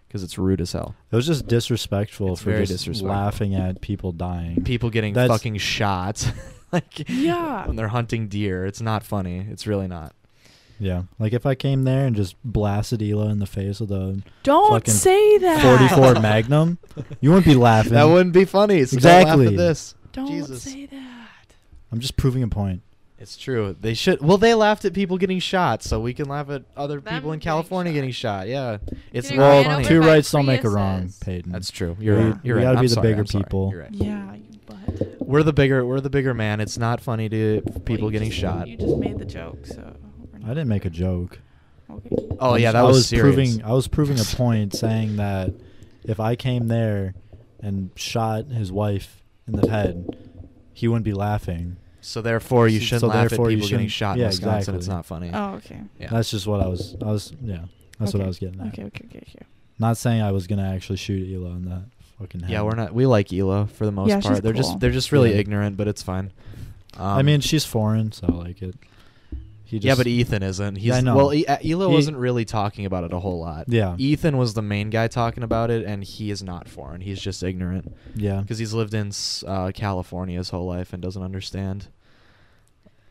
because it's rude as hell.
It was just disrespectful
It's
for
very
just
disrespectful.
laughing at people dying.
People getting
That's-
fucking shot, [LAUGHS] like
Yeah.
when they're hunting deer. It's not funny. It's really not.
yeah. Like if I came there and just blasted Ela in the face with a
Don't
fucking
say that. [LAUGHS]
44 Magnum, you wouldn't be laughing.
That wouldn't be funny. So don't laugh at
Exactly.
this.
Don't
Jesus.
say that.
I'm just proving a point.
It's true. They should. Well, they laughed at people getting shot, so we can laugh at other
Them
people in
getting
California
shot.
getting shot. Yeah, it's
Getting
not
ran
funny.
over
Two
by
rights don't make a wrong,
Priuses.
Peyton.
That's true. You're
Yeah.
right. You're
We
right.
gotta
I'm
be the
sorry,
bigger
I'm sorry.
people.
You're right.
Yeah, you butt.
We're the bigger. We're the bigger man. It's not funny to people
Well, you
getting
just-
shot.
You just made the joke, so. we're
I
not-
didn't make a joke.
Okay.
Oh
I'm
yeah,
just-
that
I
was,
was
serious.
proving. I was proving a point, saying that if I came there and shot his wife in the head, he wouldn't be laughing.
So therefore, you
So
shouldn't laugh at
therefore you
people getting
shouldn't-
shot in
yeah,
Wisconsin. It's
exactly.
not funny.
Oh, okay.
Yeah.
That's just what I was. I was. Yeah. That's what I was getting at.
Okay, okay, okay, okay.
Not saying I was gonna actually shoot Ela in the fucking head.
yeah, we're not. We like Elo for the most
Yeah,
part.
she's
They're
cool.
just. They're just really
Yeah.
ignorant, but it's fine. Um,
I mean, she's foreign, so like it. He just,
yeah, but Ethan isn't. He's
Yeah, I know.
well. E- uh, Elo
He-
wasn't really talking about it a whole lot.
Yeah.
Ethan was the main guy talking about it, and he is not foreign. He's just ignorant
Yeah.
because he's lived in s- uh, California his whole life and doesn't understand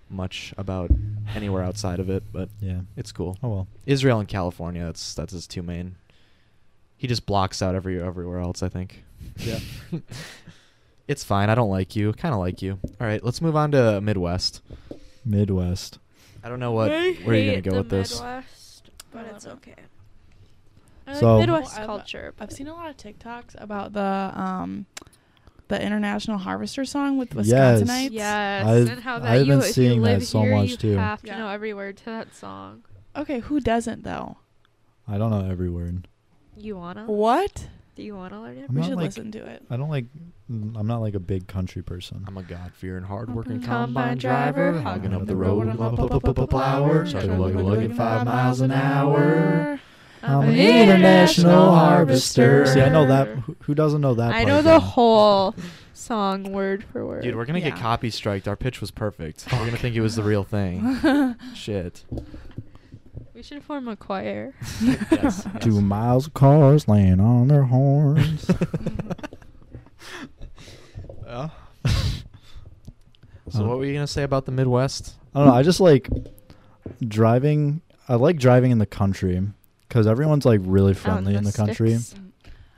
much about anywhere outside of it. But
Yeah.
it's cool.
Oh well.
Israel and California. That's that's his two main. He just blocks out every everywhere else. I think.
Yeah.
[LAUGHS] it's fine. I don't like you. Kind of like you. All right, let's move on to Midwest.
Midwest.
I don't know what. where are you gonna go with this?
but it's okay.
I
like So-
Midwest
Well, I've-
culture.
I've seen a lot of TikToks about the um, the International Harvester song with
Yes.
Wisconsinites.
Yes,
I've-
and how that
I've
you,
been
if
seeing
you
that
live
so
here,
much,
you
too.
have to
Yeah.
know every word to that song.
Okay, who doesn't though?
I don't know every word.
You wanna?
What?
Do you wanna learn it?
I'm
we
not
should
like-
listen to it.
I don't like. I'm not like a big country person.
I'm a God fearing, hard working
Combine
combine
driver,
driver, hogging up the road,
with
I'm
my
up, up,
pu-
up,
pu-
up,
pu-
up, flower,
flowers.
chugging, lugging, lugging, five miles an hour.
hour. I'm an international harvester. See, I know that. Who, who doesn't know that?
I
part
know the
though?
whole song word for word.
Dude, we're gonna get
Yeah.
copy striked. Our pitch was
[LAUGHS]
perfect. We're gonna think it was the real thing.
[LAUGHS]
Shit. [LAUGHS]
we should form a
[LAUGHS]
choir.
[LAUGHS]
Yes,
Two
yes.
miles of cars laying on their
[LAUGHS]
horns. [LAUGHS]
Yeah. So what were you gonna say about the Midwest?
I don't know. I just like driving. I like driving in the country because everyone's like really friendly in the, country,
sticks.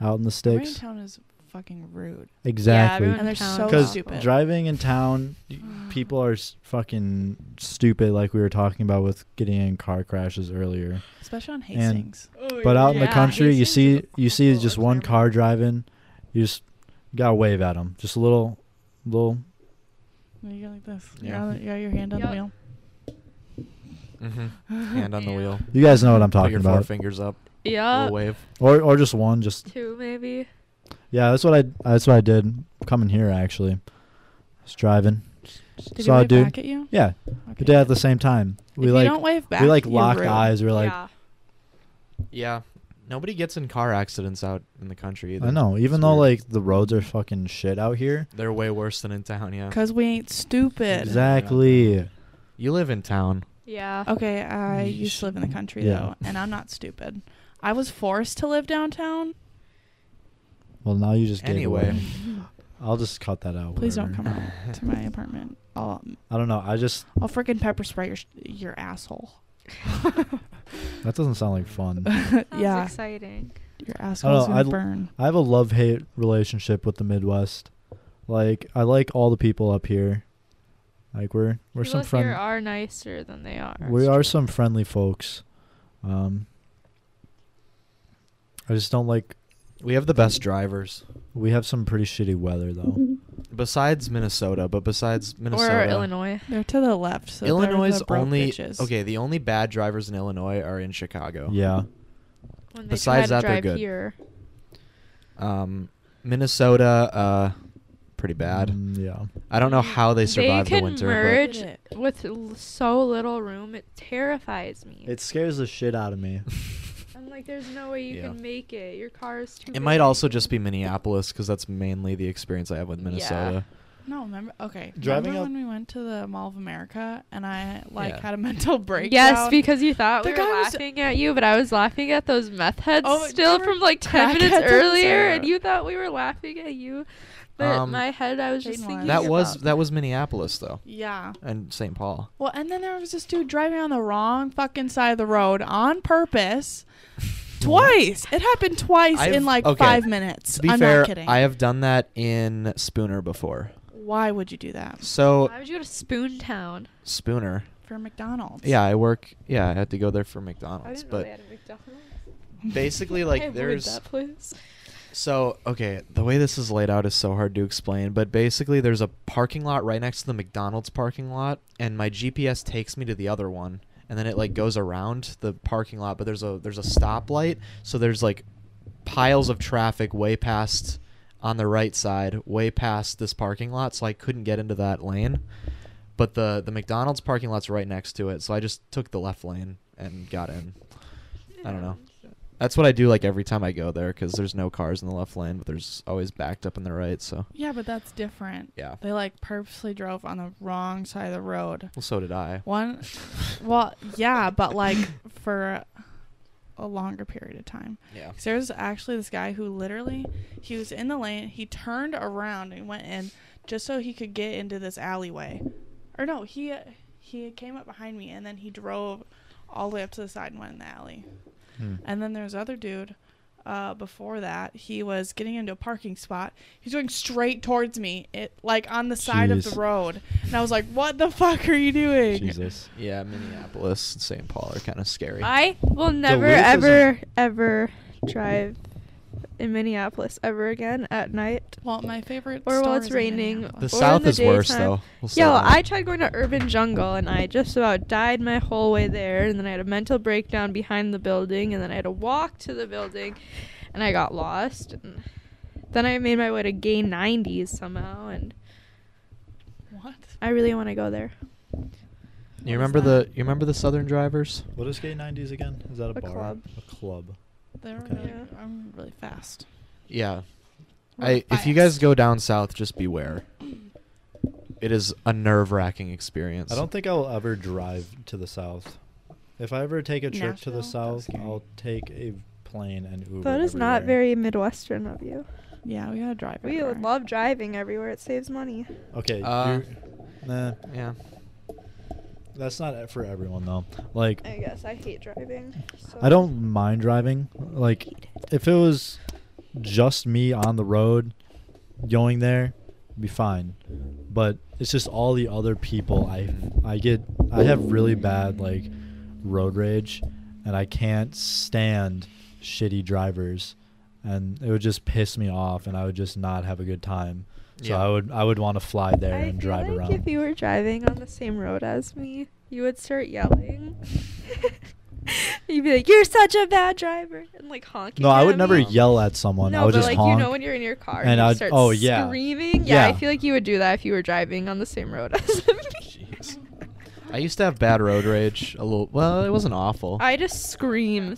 out in the sticks.
Town Mm, is fucking rude.
Exactly.
everyone-
And they're so
Because
stupid.
driving in town, y-
Mm.
people are s- fucking stupid, like we were talking about with getting in car crashes earlier.
Especially on Hastings.
But out in the
Yeah.
country, you
Hastings is
see
a
you see
horrible
just one
example.
car driving, you just gotta wave at them. Just a little, little.
you go like this.
Yeah.
Yeah. You, got, you got your hand on
Yup.
the wheel.
Mm-hmm. Hand on the
[LAUGHS]
Yeah.
wheel.
You guys know what I'm
Put
talking
your four
about.
fingers up.
Yeah,
Little wave.
Or or just one. Just
two maybe.
yeah. That's what I that's what I did coming here actually. Just driving.
Did
Saw
you
a
wave
dude.
back at you?
Yeah,
Okay.
we did at the same time.
If
We
you
like
don't wave back.
we like
you're
lock
rude.
eyes. We're like
yeah.
Yeah. Nobody gets in car accidents out in the country. Either.
I know.
It's
Even though
weird.
like the roads are fucking shit out here.
they're way worse than in town. Yeah.
Because we ain't stupid.
Exactly.
You live in town.
Yeah.
Okay, I used to live in the country,
Yeah.
though, and I'm not stupid. I was forced to live downtown.
Well, now you just gave
Anyway.
[LAUGHS]
away. I'll just cut that out.
Please don't
whatever.
come out
[LAUGHS]
to my apartment. I'll,
I don't know. I just
I'll freaking pepper spray your, sh- your asshole. [LAUGHS]
that doesn't sound like fun.
Sounds
yeah,
exciting.
your asshole's gonna
Oh, I'd-
burn.
I have a love hate relationship with the Midwest. Like I like all the people up here. Like we're we're
People
some
here
friend
are nicer than they are.
we are some friendly folks. Um I just don't like
We have the best drivers
we have some pretty shitty
[LAUGHS]
weather though.
besides Minnesota, but besides Minnesota,
Or Illinois.
They're to the left. So they're
Illinois
the broke
only
bitches.
okay. The only bad drivers in Illinois are in Chicago.
Yeah.
When they
Besides that,
try to
they're
drive
good.
here.
Um, Minnesota, uh, pretty bad.
Mm, yeah.
I don't know how they survive
can
the winter. but-
merge
[LAUGHS]
Did it.
with l- so little room. It terrifies me.
It scares the shit out of me.
I'm like, there's no way you
Yeah.
can make it. Your car is too.
It might
big.
also just be Minneapolis because that's mainly the experience I have with Minnesota.
No, remember? Okay,
Driving
remember
up-
when we went to the Mall of America and I like
Yeah.
had a [LAUGHS] mental breakdown.
Yes, because you thought
The
we were
guy was-
laughing at you, but I was laughing at those meth heads
Oh,
still
they were
from like 10 minutes
crackheads.
earlier,
Yeah.
and you thought we were laughing at you. But
Um,
my head, I was just
Shane
thinking.
was.
That
Yeah.
was that was Minneapolis though,
yeah.
and St. Paul.
Well, and then there was this dude driving on the wrong fucking side of the road
[LAUGHS]
on purpose. Twice. It happened twice
I've-
in like
okay.
five minutes.
To be
I'm
fair,
not kidding.
I have done that in Spooner before.
Why would you do that
So
Why would you go to Spoontown?
Spooner,
for McDonald's?
yeah, I work. Yeah, I had to go there for McDonald's, but
a McDonald's.
basically,
[LAUGHS]
like, there's
that place.
So, okay, the way this is laid out is so hard to explain, but basically there's a parking lot right next to the McDonald's parking lot and my GPS takes me to the other one and then it like goes around the parking lot, but there's a there's a stoplight, so there's like piles of traffic way past on the right side, way past this parking lot, so I couldn't get into that lane. But the the McDonald's parking lot's right next to it, so I just took the left lane and got in. I don't know. That's what I do like every time I go there because there's no cars in the left lane, but there's always backed up in the right. So
Yeah, but that's different.
yeah.
They like purposely drove on the wrong side of the road.
Well, so did I.
One, well, yeah, but like for a longer period of time.
Yeah.
'Cause There's actually this guy who literally he was in the lane, he turned around and went in just so he could get into this alleyway. Or no, he he came up behind me and then he drove all the way up to the side and went in the alley.
Hmm.
And then there's other dude uh, before that, he was getting into a parking spot. He's going straight towards me, it like on the side of
Jeez.
the road. And I was like, "What the fuck are you doing?"
Jesus.
Yeah, Minneapolis and St. Paul are kind of scary.
I will never,
Duluth is a-
ever, ever drive in Minneapolis ever again at night.
Well, my favorite.
Or while
store
it's
is in
raining.
the
Minneapolis.
Or
South
in the
is worse
daytime.
though. We'll say
Yo,
that.
I tried going to Urban Jungle and I just about died my whole way there. And then I had a mental breakdown behind the building, and then I had to walk to the building, and I got lost. And then I made my way to Gay 90s somehow, and
What?
I really want to go there.
You remember the you remember the Southern Drivers?
What is gay nineties again? Is that a,
A
bar?
club.
A club.
They're
Okay.
really,
Yeah.
I'm really fast.
Yeah.
We're
I if you guys
fast.
go down south, just beware. It is a nerve wracking experience.
I don't think I'll ever drive to the south. If I ever take a trip to
Nashville?
the
That's
south,
scary.
I'll take a plane and Uber.
That is not
everywhere.
very Midwestern of you.
Yeah, we gotta drive.
We
everywhere.
love driving everywhere. It saves money.
Okay.
Uh,
you're- nah,
Yeah.
that's not for everyone though. Like,
I guess I hate driving. So.
I don't mind driving. Like, if it was just me on the road going there, it'd be fine. But it's just all the other people. I I get I have really bad like road rage, and I can't stand shitty drivers, and it would just piss me off, and I would just not have a good time. So
Yeah.
I would I would want to fly there
I
and
feel
drive
like
around.
If you were driving on the same road as me, you would start yelling. [LAUGHS] You'd be like, "You're such a bad driver," and like honking.
no, I
at
would never
me.
Um,
yell at someone.
No,
I would
but
just
like
honk.
you know when you're in your car
and
and you
I'd-
start
oh, yeah.
screaming. Yeah, I
Yeah.
[LAUGHS] feel like you would do that if you were driving on the same road as me.
Jeez. I used to have bad road rage a little. Well, it wasn't awful.
I just scream.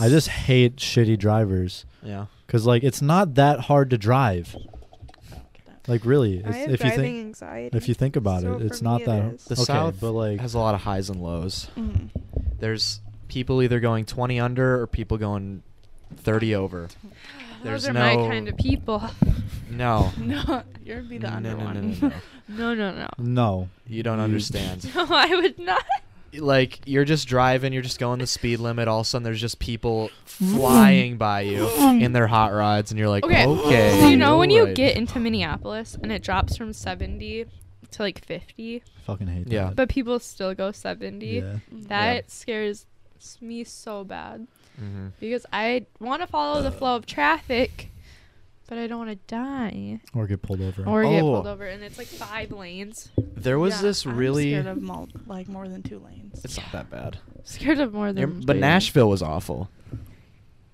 I just hate shitty drivers
yeah.
because like it's not that hard to drive.
Like,
Like really,
I
it's,
have
if you
driving
think
anxiety.
if you think about
so
it, it's
for
not
me
that-
is.
The
Okay,
South
but, like-
has a lot of highs and lows.
mm.
There's people either going 20 under or people going 30 over. There's
Those are
no-
my kind of people. [LAUGHS]
No.
[LAUGHS] no, you'd be the
No,
under
no, no,
one.
no, no.
No,
[LAUGHS]
no, no.
no,
You don't [LAUGHS] understand.
[LAUGHS] No, I would not.
Like you're just driving, you're just going the speed limit. All of a sudden, there's just people flying by you in their hot rods, and you're like, okay.
Okay. so you know
all
when you
right."
get into Minneapolis and it drops from 70 to like 50,
I fucking hate
Yeah.
that.
but people still go 70.
yeah.
That scares s- me so bad
Mhm.
because I want to follow the flow of traffic, but I don't want to die
or get pulled over.
or get
Oh.
pulled over. And it's like five lanes.
There was
Yeah,
this
I'm
really.
scared of mul- like more than two lanes.
It's not that bad.
Scared of more
You're-
than.
but
two.
Nashville was awful.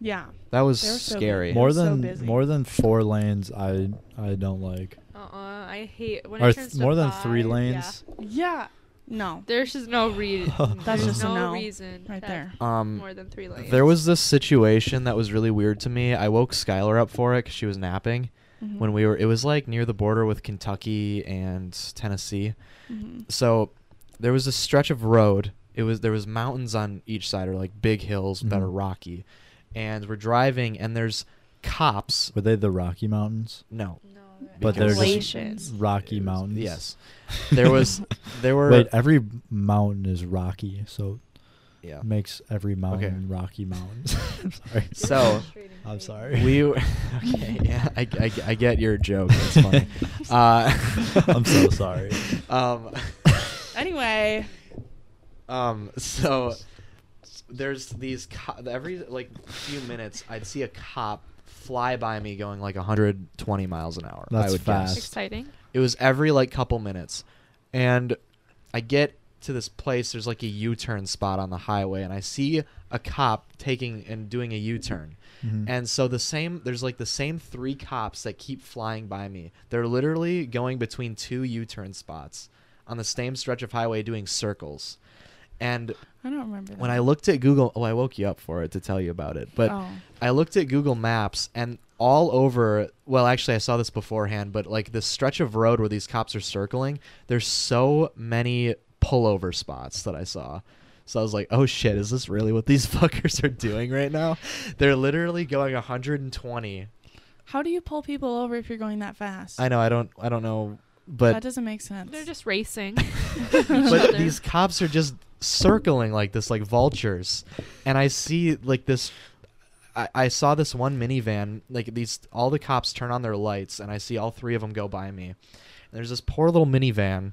yeah,
That was
They were so
scary.
big.
more
so
than
busy.
more than four lanes, I I don't like.
Uh-uh, I hate when
or
it
th-
turns to
more than three
five, yeah.
lanes.
yeah, no,
There's just no
[LAUGHS]
reason.
That's
There's
just a
no,
no
reason.
right
to
there.
have
Um,
More than three lanes.
there was this situation that was really weird to me. I woke Skylar up for it because she was napping
Mhm.
when we were. It was like near the border with Kentucky and Tennessee.
Mhm.
So there was a stretch of road. It was there was mountains on each side, or like big hills that
Mhm.
are rocky. And we're driving, and there's cops.
Were they the Rocky Mountains?
No,
No,
But
they're
there's
just-
Glaciers.
Rocky Mountains.
yes, there was
[LAUGHS]
there were
Wait, every mountain is rocky, so
yeah.
it makes every mountain
[LAUGHS]
Rocky Mountains. [LAUGHS] I'm
[LAUGHS]
sorry.
So
I'm sorry. [LAUGHS]
we were- okay. Yeah, I, I, I get your joke. It's
[LAUGHS]
funny. Uh,
I'm so sorry.
[LAUGHS] Um,
Anyway,
um, so there's these co- every like few minutes I'd see a cop fly by me going like 120 miles an hour. I
That's
would
fast.
Guess.
Exciting.
It was every like couple minutes, and I get to this place. There's like a U-turn spot on the highway, and I see a cop taking and doing a U-turn.
Mhm.
And so the same, there's like the same three cops that keep flying by me. They're literally going between two U-turn spots on the same stretch of highway doing circles. And
I don't remember.
when
that.
I looked at Google, oh, I woke you up for it to tell you about it. But
oh.
I looked at Google Maps and all over, well, actually, I saw this beforehand, but like the stretch of road where these cops are circling, there's so many pullover spots that I saw. So I was like, oh shit, is this really what these [LAUGHS] fuckers are doing right now? They're literally going 120.
how do you pull people over if you're going that fast?
I know, I don't, I don't know,
that
but
doesn't make sense. [LAUGHS]
They're just racing.
but these cops are just circling like this, like vultures, and I see like this. I, I saw this one minivan, like these, all the cops turn on their lights, and I see all three of them go by me. And there's this poor little minivan.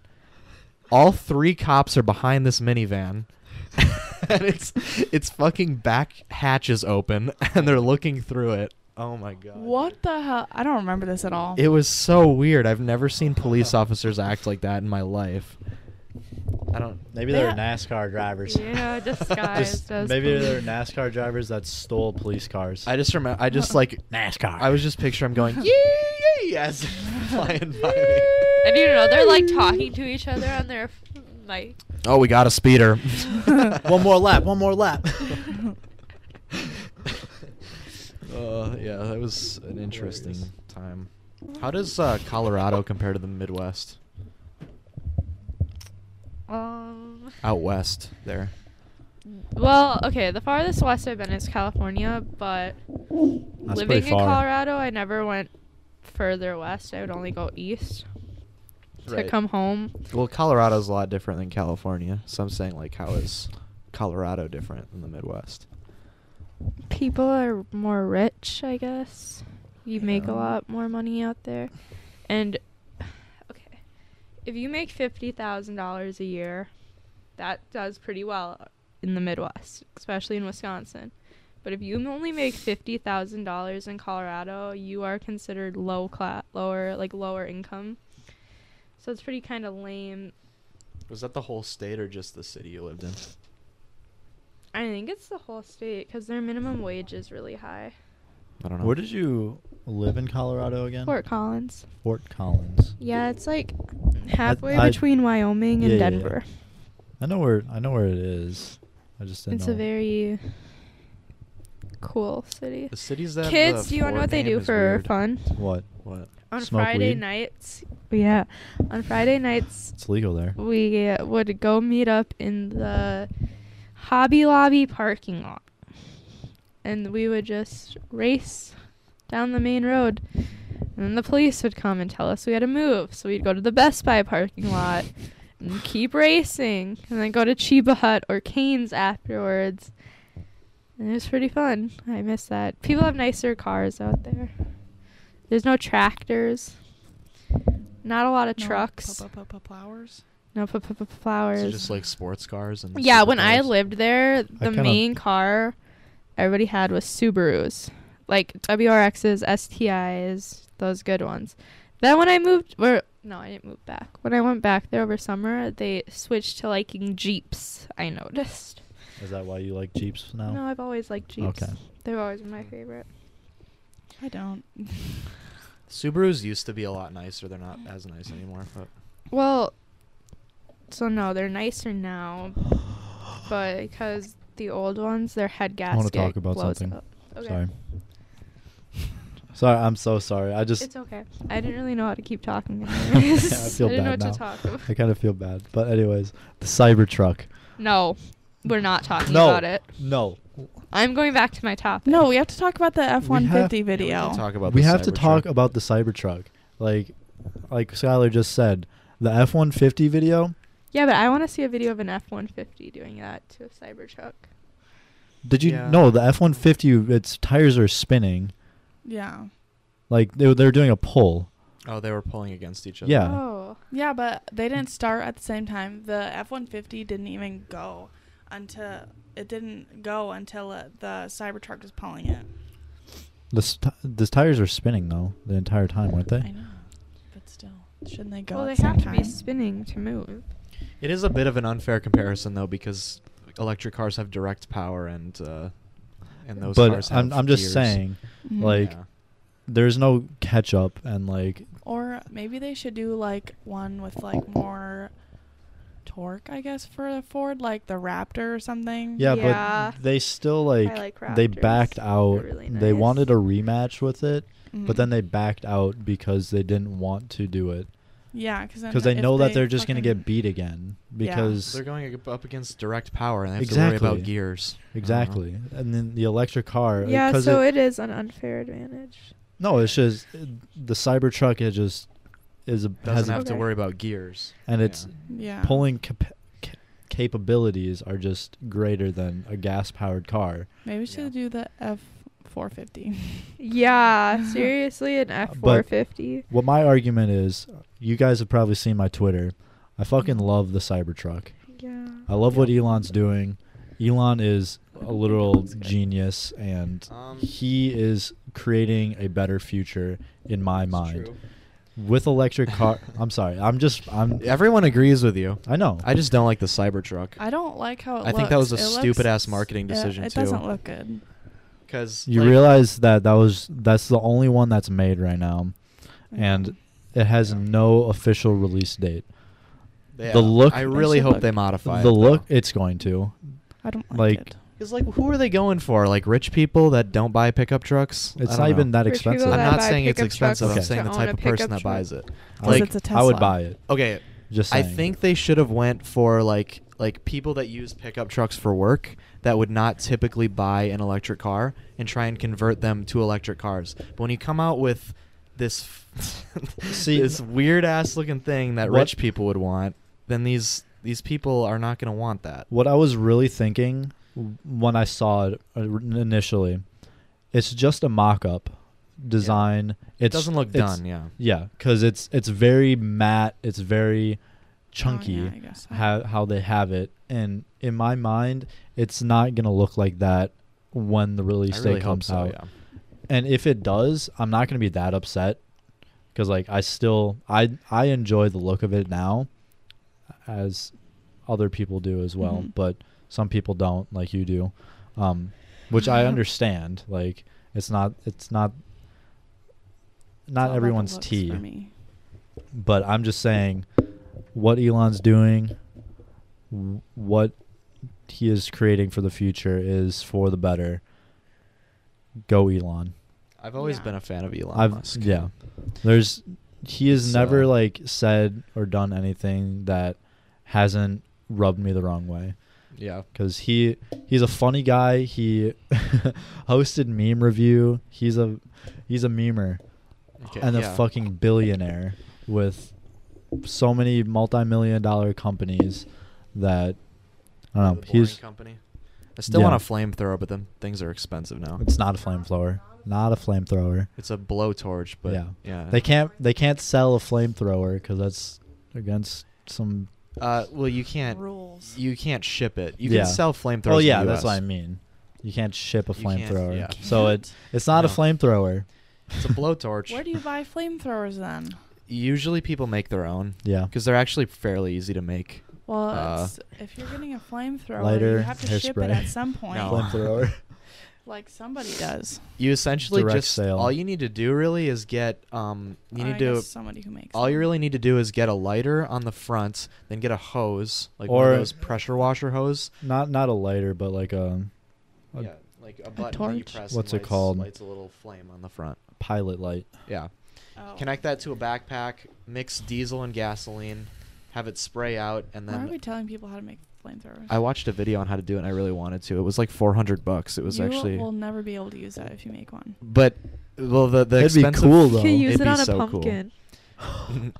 All three cops are behind this minivan. [LAUGHS] and it's it's fucking back hatches open [LAUGHS] and they're looking through it. Oh my god.
what the hell? I don't remember this at all.
It was so weird. I've never seen police officers act like that in my life. I don't
Maybe
They
they're
ha-
NASCAR drivers.
[LAUGHS]
yeah,
[LAUGHS]
disguised as.
Maybe they're
police.
NASCAR drivers that stole police cars.
I just remember. I just like
NASCAR.
I was just picturing him
[LAUGHS]
going yee as it flying by me.
And you know they're like talking to each other on their f- mic.
Oh, we got a [LAUGHS] speeder.
[LAUGHS] one more lap. One
[LAUGHS]
more lap. [LAUGHS]
Uh, yeah, that was an interesting time. How does uh, Colorado compare to the Midwest?
Um.
Out west, there.
Well, okay. The farthest west I've been is California, but
That's
living
pretty
in
far.
Colorado, I never went further west. I would only go east to come home.
Well, Colorado's a lot different than California, so I'm saying like, how is Colorado different than the Midwest?
People are more rich, I guess. You make
Yeah.
a lot more money out there, and okay, if you make fifty thousand dollars a year, that does pretty well in the Midwest, especially in Wisconsin. But if you only make fifty thousand dollars in Colorado, you are considered low class, lower like lower income. So it's pretty kind of lame.
Was that the whole state or just the city you lived in?
I think it's the whole state because their minimum wage is really high.
I don't know.
Where did you live in Colorado again?
Fort Collins.
Fort Collins.
Yeah, it's like halfway
I-
between Wyoming and
Yeah, yeah, yeah.
Denver.
I know where I know where it is. I just didn't
It's
know.
a very cool city.
The cities that
Kids,
the
do you want to know
Ford
what they
name
do
is
for
weird.
fun?
what?
What?
On
Smoke
Friday
weed?
nights, yeah, on Friday nights
It's legal there.
we would go meet up in the Hobby Lobby parking lot. And we would just race down the main road. And then the police would come and tell us we had to move. So we'd go to the Best Buy parking lot and keep racing. And then go to Chiba Hut or Canes afterwards. And it was pretty fun. I miss that. People have nicer cars out there. There's no tractors. Not a lot of
No,
trucks.
pu- pu- pu- Plowers.
No, p- p- p- flowers.
So just like sports cars and
yeah, when I
supercars?
lived there, the
kinda-
main car everybody had was Subarus, like WRXs, STIs, those good ones. Then when I moved, or no, I didn't move back. When I went back there over summer, they switched to liking Jeeps. I noticed.
Is that why you like Jeeps now?
No, I've always liked Jeeps.
Okay.
They've always been my favorite.
I don't.
Subarus used to be a lot nicer. They're not as nice anymore. But
Well, so no, they're nicer now, but because the old ones, their head gasket
wanna talk about
blows
something.
up. Okay.
Sorry. Sorry, I'm so sorry. I just
it's
[LAUGHS]
okay. [LAUGHS] I didn't really know how to keep talking.
I
anyways. [LAUGHS]
feel
I didn't know what
bad now.
to talk
[LAUGHS]
about.
I kind of feel bad. But anyways, the Cybertruck.
No, we're not talking
No.
about it.
No.
I'm going back to my topic.
[LAUGHS] No, we have to talk about the F one fifty video.
yeah, we can talk about
we
the
have to talk
Cybertruck.
about the Cybertruck. Like like Skylar just said, the F150 video.
Yeah, but I want to see a video of an F-150 doing that to a Cybertruck.
Did you
Yeah.
know the F150 its tires are spinning?
yeah.
Like they they're doing a pull.
Oh, they were pulling against each other.
Yeah.
Oh,
Yeah, but they didn't start at the same time. The F one fifty didn't even go until it didn't go until it, the Cybertruck was pulling it.
The st- the tires are spinning though the entire time, weren't
I
they?
know, but still, shouldn't they go?
well,
at
they
the same
have to be
time?
spinning to move.
It is a bit of an unfair comparison though because electric cars have direct power and uh, and those
But
cars
I'm
have
I'm just
gears.
saying
Mm.
Mhm.
like- there's no catch up and like
Or maybe they should do like one with like more torque, I guess, for a Ford, like the Raptor or something.
yeah,
Yeah.
but they still like,
like
they
Raptors.
backed
They're
out.
really
They
nice. Mm.
wanted a rematch with it,
Mhm.
but then they backed out because they didn't want to do it
yeah, because
because they know that they're just gonna get beat again
Yeah.
because
they're going ag- up against direct power and they have to worry
Exactly.
about gears. I don't know.
exactly and then the electric car uh,
Yeah,
'cause
so
it,
it is an unfair advantage.
no it's just uh, the Cybertruck it just is a, has
Uh-huh. Doesn't
a,
have to
Okay.
worry about gears.
and it's
Yeah.
Yeah.
pulling cap- ca- capabilities are just greater than a gas powered car
Maybe we
Yeah.
should do the F four fifty.
[LAUGHS]
[LAUGHS]
Yeah, seriously, an
Uh, But-
F-450.
What my argument is, you guys have probably seen my Twitter. I fucking love the Cybertruck.
yeah.
I love what
Yeah.
Elon's doing. Elon is a literal
Elon's good.
genius and
Um,
he is creating a better future in my mind. With electric car I'm sorry. I'm just
[LAUGHS]
I'm
Everyone agrees with you.
I know.
I just don't like the Cybertruck.
I don't like how it
I think that was a
looks. It looks-
stupid-ass marketing
yeah,
decision,
It
too.
doesn't look good.
Because
you realize that that was that's the only one that's made right now
Mm.
and it has no official release date. the look-
I really
should
hope
look-
they modify
the
it,
look
though.
it's going to.
I don't like,
like,
it.
Because like, who are they going for? Like rich people that don't buy pickup trucks? I
It's
don't
not even
know.
that
Rich people
expensive.
I'm
that
not
buy
saying it's
pickup trucks
expensive. I'm
Okay.
saying the
to
type
own
of
a pickup
person that
truck.
buys it.
'Cause
Like,
it's a
I would
Tesla.
buy it.
Okay,
Just
I
saying.
think they should have went for like like people that use pickup trucks for work that would not typically buy an electric car and try and convert them to electric cars. But when you come out with this [LAUGHS] f-
See,
this weird ass looking thing that
what-
rich people would want, then these these people are not going to want that.
What I was really thinking w- when I saw it uh, r- initially, it's just a mock-up design.
It doesn't look done, yeah.
Yeah, because it's it's very matte. It's very chunky.
Oh, yeah, I guess so.
How how they have it, and in my mind, it's not gonna look like that when the
I
release date
really hope
comes
so,
out.
yeah.
And if it does, I'm not gonna be that upset, because like I still I I enjoy the look of it now, as other people do as well.
Mhm.
But some people don't, like you do, um, which
[LAUGHS]
I understand. Like it's not it's not
It's all
not
about the
everyone's
looks
tea,
For me.
but I'm just saying what Elon's doing. w- what he is creating for the future is for the better. Go Elon.
I've always
Yeah.
been a fan of Elon
I've
Musk.
yeah. There's he has
So-
never like said or done anything that hasn't rubbed me the wrong way
Yeah.
because he he's a funny guy. He [LAUGHS] hosted meme review. He's a he's a memer
Okay,
and
yeah.
a fucking billionaire with so many multi-million dollar companies that
The
I don't know.
Boring
He's
company. I still
Yeah.
want a flamethrower, but then things are expensive now.
it's not a flamethrower, not a flamethrower.
It's a blowtorch, but yeah,
Yeah. They can't they can't sell a flamethrower because that's against some.
Uh, well, you can't.
Rules.
You can't ship it. You
Yeah.
can sell flamethrowers.
Oh yeah,
in the
that's what I
US.
mean. You can't ship a
You can't-
flamethrower,
yeah.
so it it's not a
No.
flamethrower.
It's a
[LAUGHS]
blowtorch.
Where do you buy flamethrowers then?
Usually, people make their own
Yeah,
because they're actually fairly easy to make.
Well,
Uh,
it's, if you're getting a flamethrower,
lighter,
you have to ship it
hairspray.
at some
[LAUGHS]
point,
No.
flamethrower.
like somebody does.
You essentially
Direct
just
sale.
all you need to do really is get um you
Or
need
I
to
guess somebody who makes.
all you
them.
really need to do is get a lighter on the front, then get a hose like one
Or-
of those pressure washer hose.
not not a lighter, but like a, a
yeah, like a button that you
torch?
press.
What's
and
it
lights-
called?
Lights a little flame on the front.
pilot light.
Yeah.
Oh.
Connect that to a backpack. Mix diesel and gasoline. Have it spray out, and
Why are we
then
telling people how to make flamethrowers?
I watched a video on how to do it. and I really wanted to. It was like 400 bucks. It was
you
actually.
will never be able to use that if you make one.
But well, the the
That'd be
expensive.
cool, though.
You can use
It'd
it
be
on a
so cool. [LAUGHS]
pumpkin.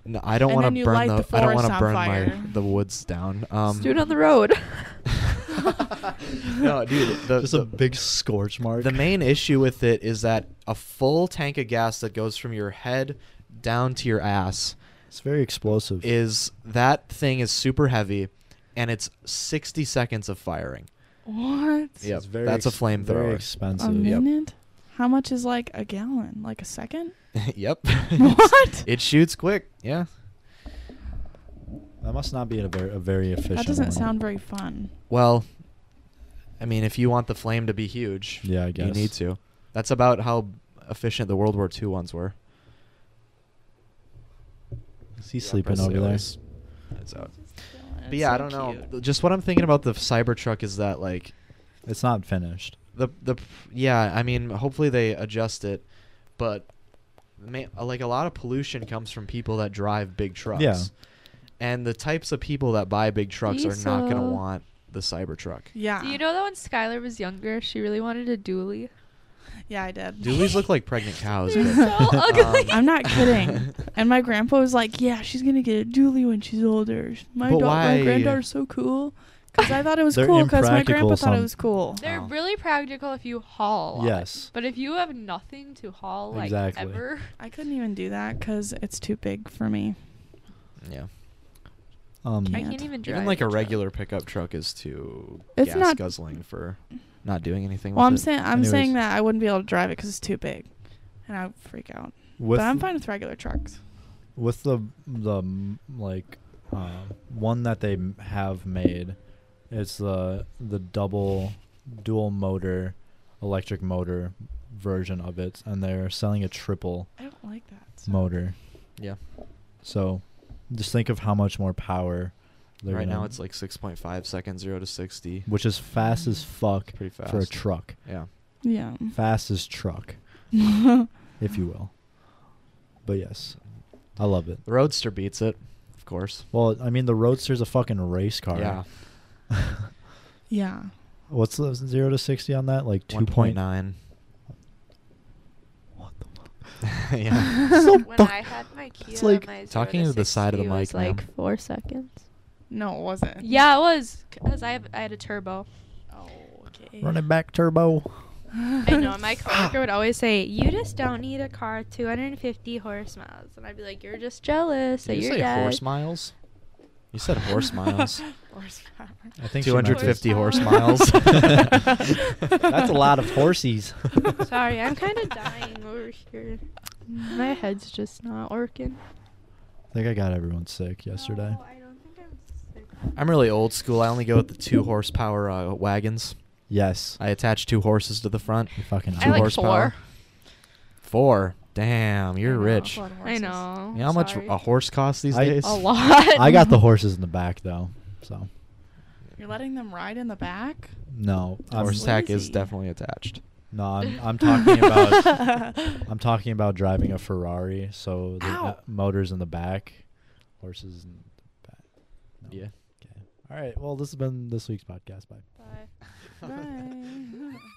No, I don't
And
want
then
to
you
burn
light
the,
the
I don't want
forest
to
on
burn my
fire.
[LAUGHS] the woods down. Um,
Just do it on the road.
[LAUGHS] no, dude. The,
Just
the,
a big scorch mark.
The main issue with it is that a full tank of gas that goes from your head down to your ass
It's very explosive.
is that thing is super heavy, and it's 60 seconds of
[LAUGHS]
firing.
What?
Yeah.
It's very
that's a
ex- Very
flamethrower.
A
expensive.
Yep.
minute? How much is like a gallon? Like a second?
yep.
What?
[LAUGHS] It shoots quick. Yeah.
That must not be a very, a very efficient.
That doesn't
one.
sound very fun.
Well, I mean, if you want the flame to be huge,
Yeah, I
you
guess.
need to. That's about how efficient the World War II ones were.
Is he
The
sleeping
Empress
over there?
Sailors. That's out. But yeah, I don't know. Just what I'm thinking about the Cybertruck is that like
It's not finished.
the the yeah, I mean, hopefully they adjust it, but ma- like a lot of pollution comes from people that drive big trucks.
Yeah.
And the types of people that buy big trucks are not going to
Diesel.
want the Cybertruck.
[LAUGHS] Yeah.
Do you know that when Skylar was younger, she really wanted a dually?
Yeah, I did.
Doolies look like pregnant cows.
They're
but- um,
so
[LAUGHS]
ugly.
I'm not kidding. [LAUGHS] And my grandpa was like, "Yeah, she's gonna get a dually when she's older." My
But
da-
why?
my granddaughter's so cool. Because I thought it was
They're
cool. Because my
impractical
grandpa thought
some-
it was cool.
They're
Oh.
really practical if you haul. a lot.
Yes.
But if you have nothing to haul, like
Exactly.
ever,
I couldn't even do that because it's too big for me.
yeah.
Um,
I
Can't.
can't even drive.
Even like a
truck.
regular pickup truck is too
It's
gas
not-
guzzling for not doing anything.
Well,
with
I'm
it.
saying I'm
Anyways.
saying that I wouldn't be able to drive it because it's too big, and I would freak out.
with
but I'm fine with regular trucks.
with the the mm, like uh, one that they m- have made. It's the the double dual motor electric motor version of it, and they're selling a triple
I don't like that. so-
motor.
Yeah.
So, just think of how much more power. They're
right
gonna-
now it's like 6.5 seconds, zero to 60.
which is fast as fuck
Pretty fast.
for a truck.
yeah.
Yeah.
Fast as truck, if you will. But yes, I love it.
The Roadster beats it, of course.
Well, I mean, the Roadster's a fucking race car.
Yeah.
[LAUGHS] yeah.
[LAUGHS] What's the zero to sixty on that? Like two point [LAUGHS]
1.9.
What the
yeah.
[LAUGHS] So
when
fuck-
I had my Kia,
it's like-
my
Talking to the side of the
0 was,
mic, ma'am.
like four seconds.
No, it wasn't.
Yeah, it was because I have I had a turbo.
Oh, okay.
Run it
[LAUGHS]
back Ah. turbo.
I know
[LAUGHS]
my coworker would always say, "You just don't need a car 250 horse miles," and I'd be like, "You're just jealous
Did
that
you
your
say
dad."
horse miles? You said horse
[LAUGHS]
miles.
Horsepower.
I think she meant just-
250
[LAUGHS]
horse
Horsepower.
miles.
That's a lot of horsies.
[LAUGHS] Sorry,
[LAUGHS]
I'm kind of dying over here. My head's just not working. Oh,
I think I got everyone sick yesterday.
I don't think I'm
[LAUGHS] I'm really old school. I only go with the two horsepower uh, wagons.
Yes.
I attach two horses to the front.
You fucking
I like
horsepower. Four.
four.
Damn, you're
I know,
rich.
a lot of
I
horses.
know.
You know how much
sorry.
a horse costs these
[LAUGHS]
I-
days?
A lot.
I got the horses in the back though, so
You're letting them ride in
[LAUGHS]
the back?
No,
I'm-
Horse tack is
Sleazy.
definitely attached. [LAUGHS]
No, I'm, I'm talking about I'm talking about driving a Ferrari, so the
Ow.
motors in the back, horses in the back. No.
Yeah.
Okay. All right. Well, this has been this week's podcast. Bye.
Bye.
Bye. [LAUGHS]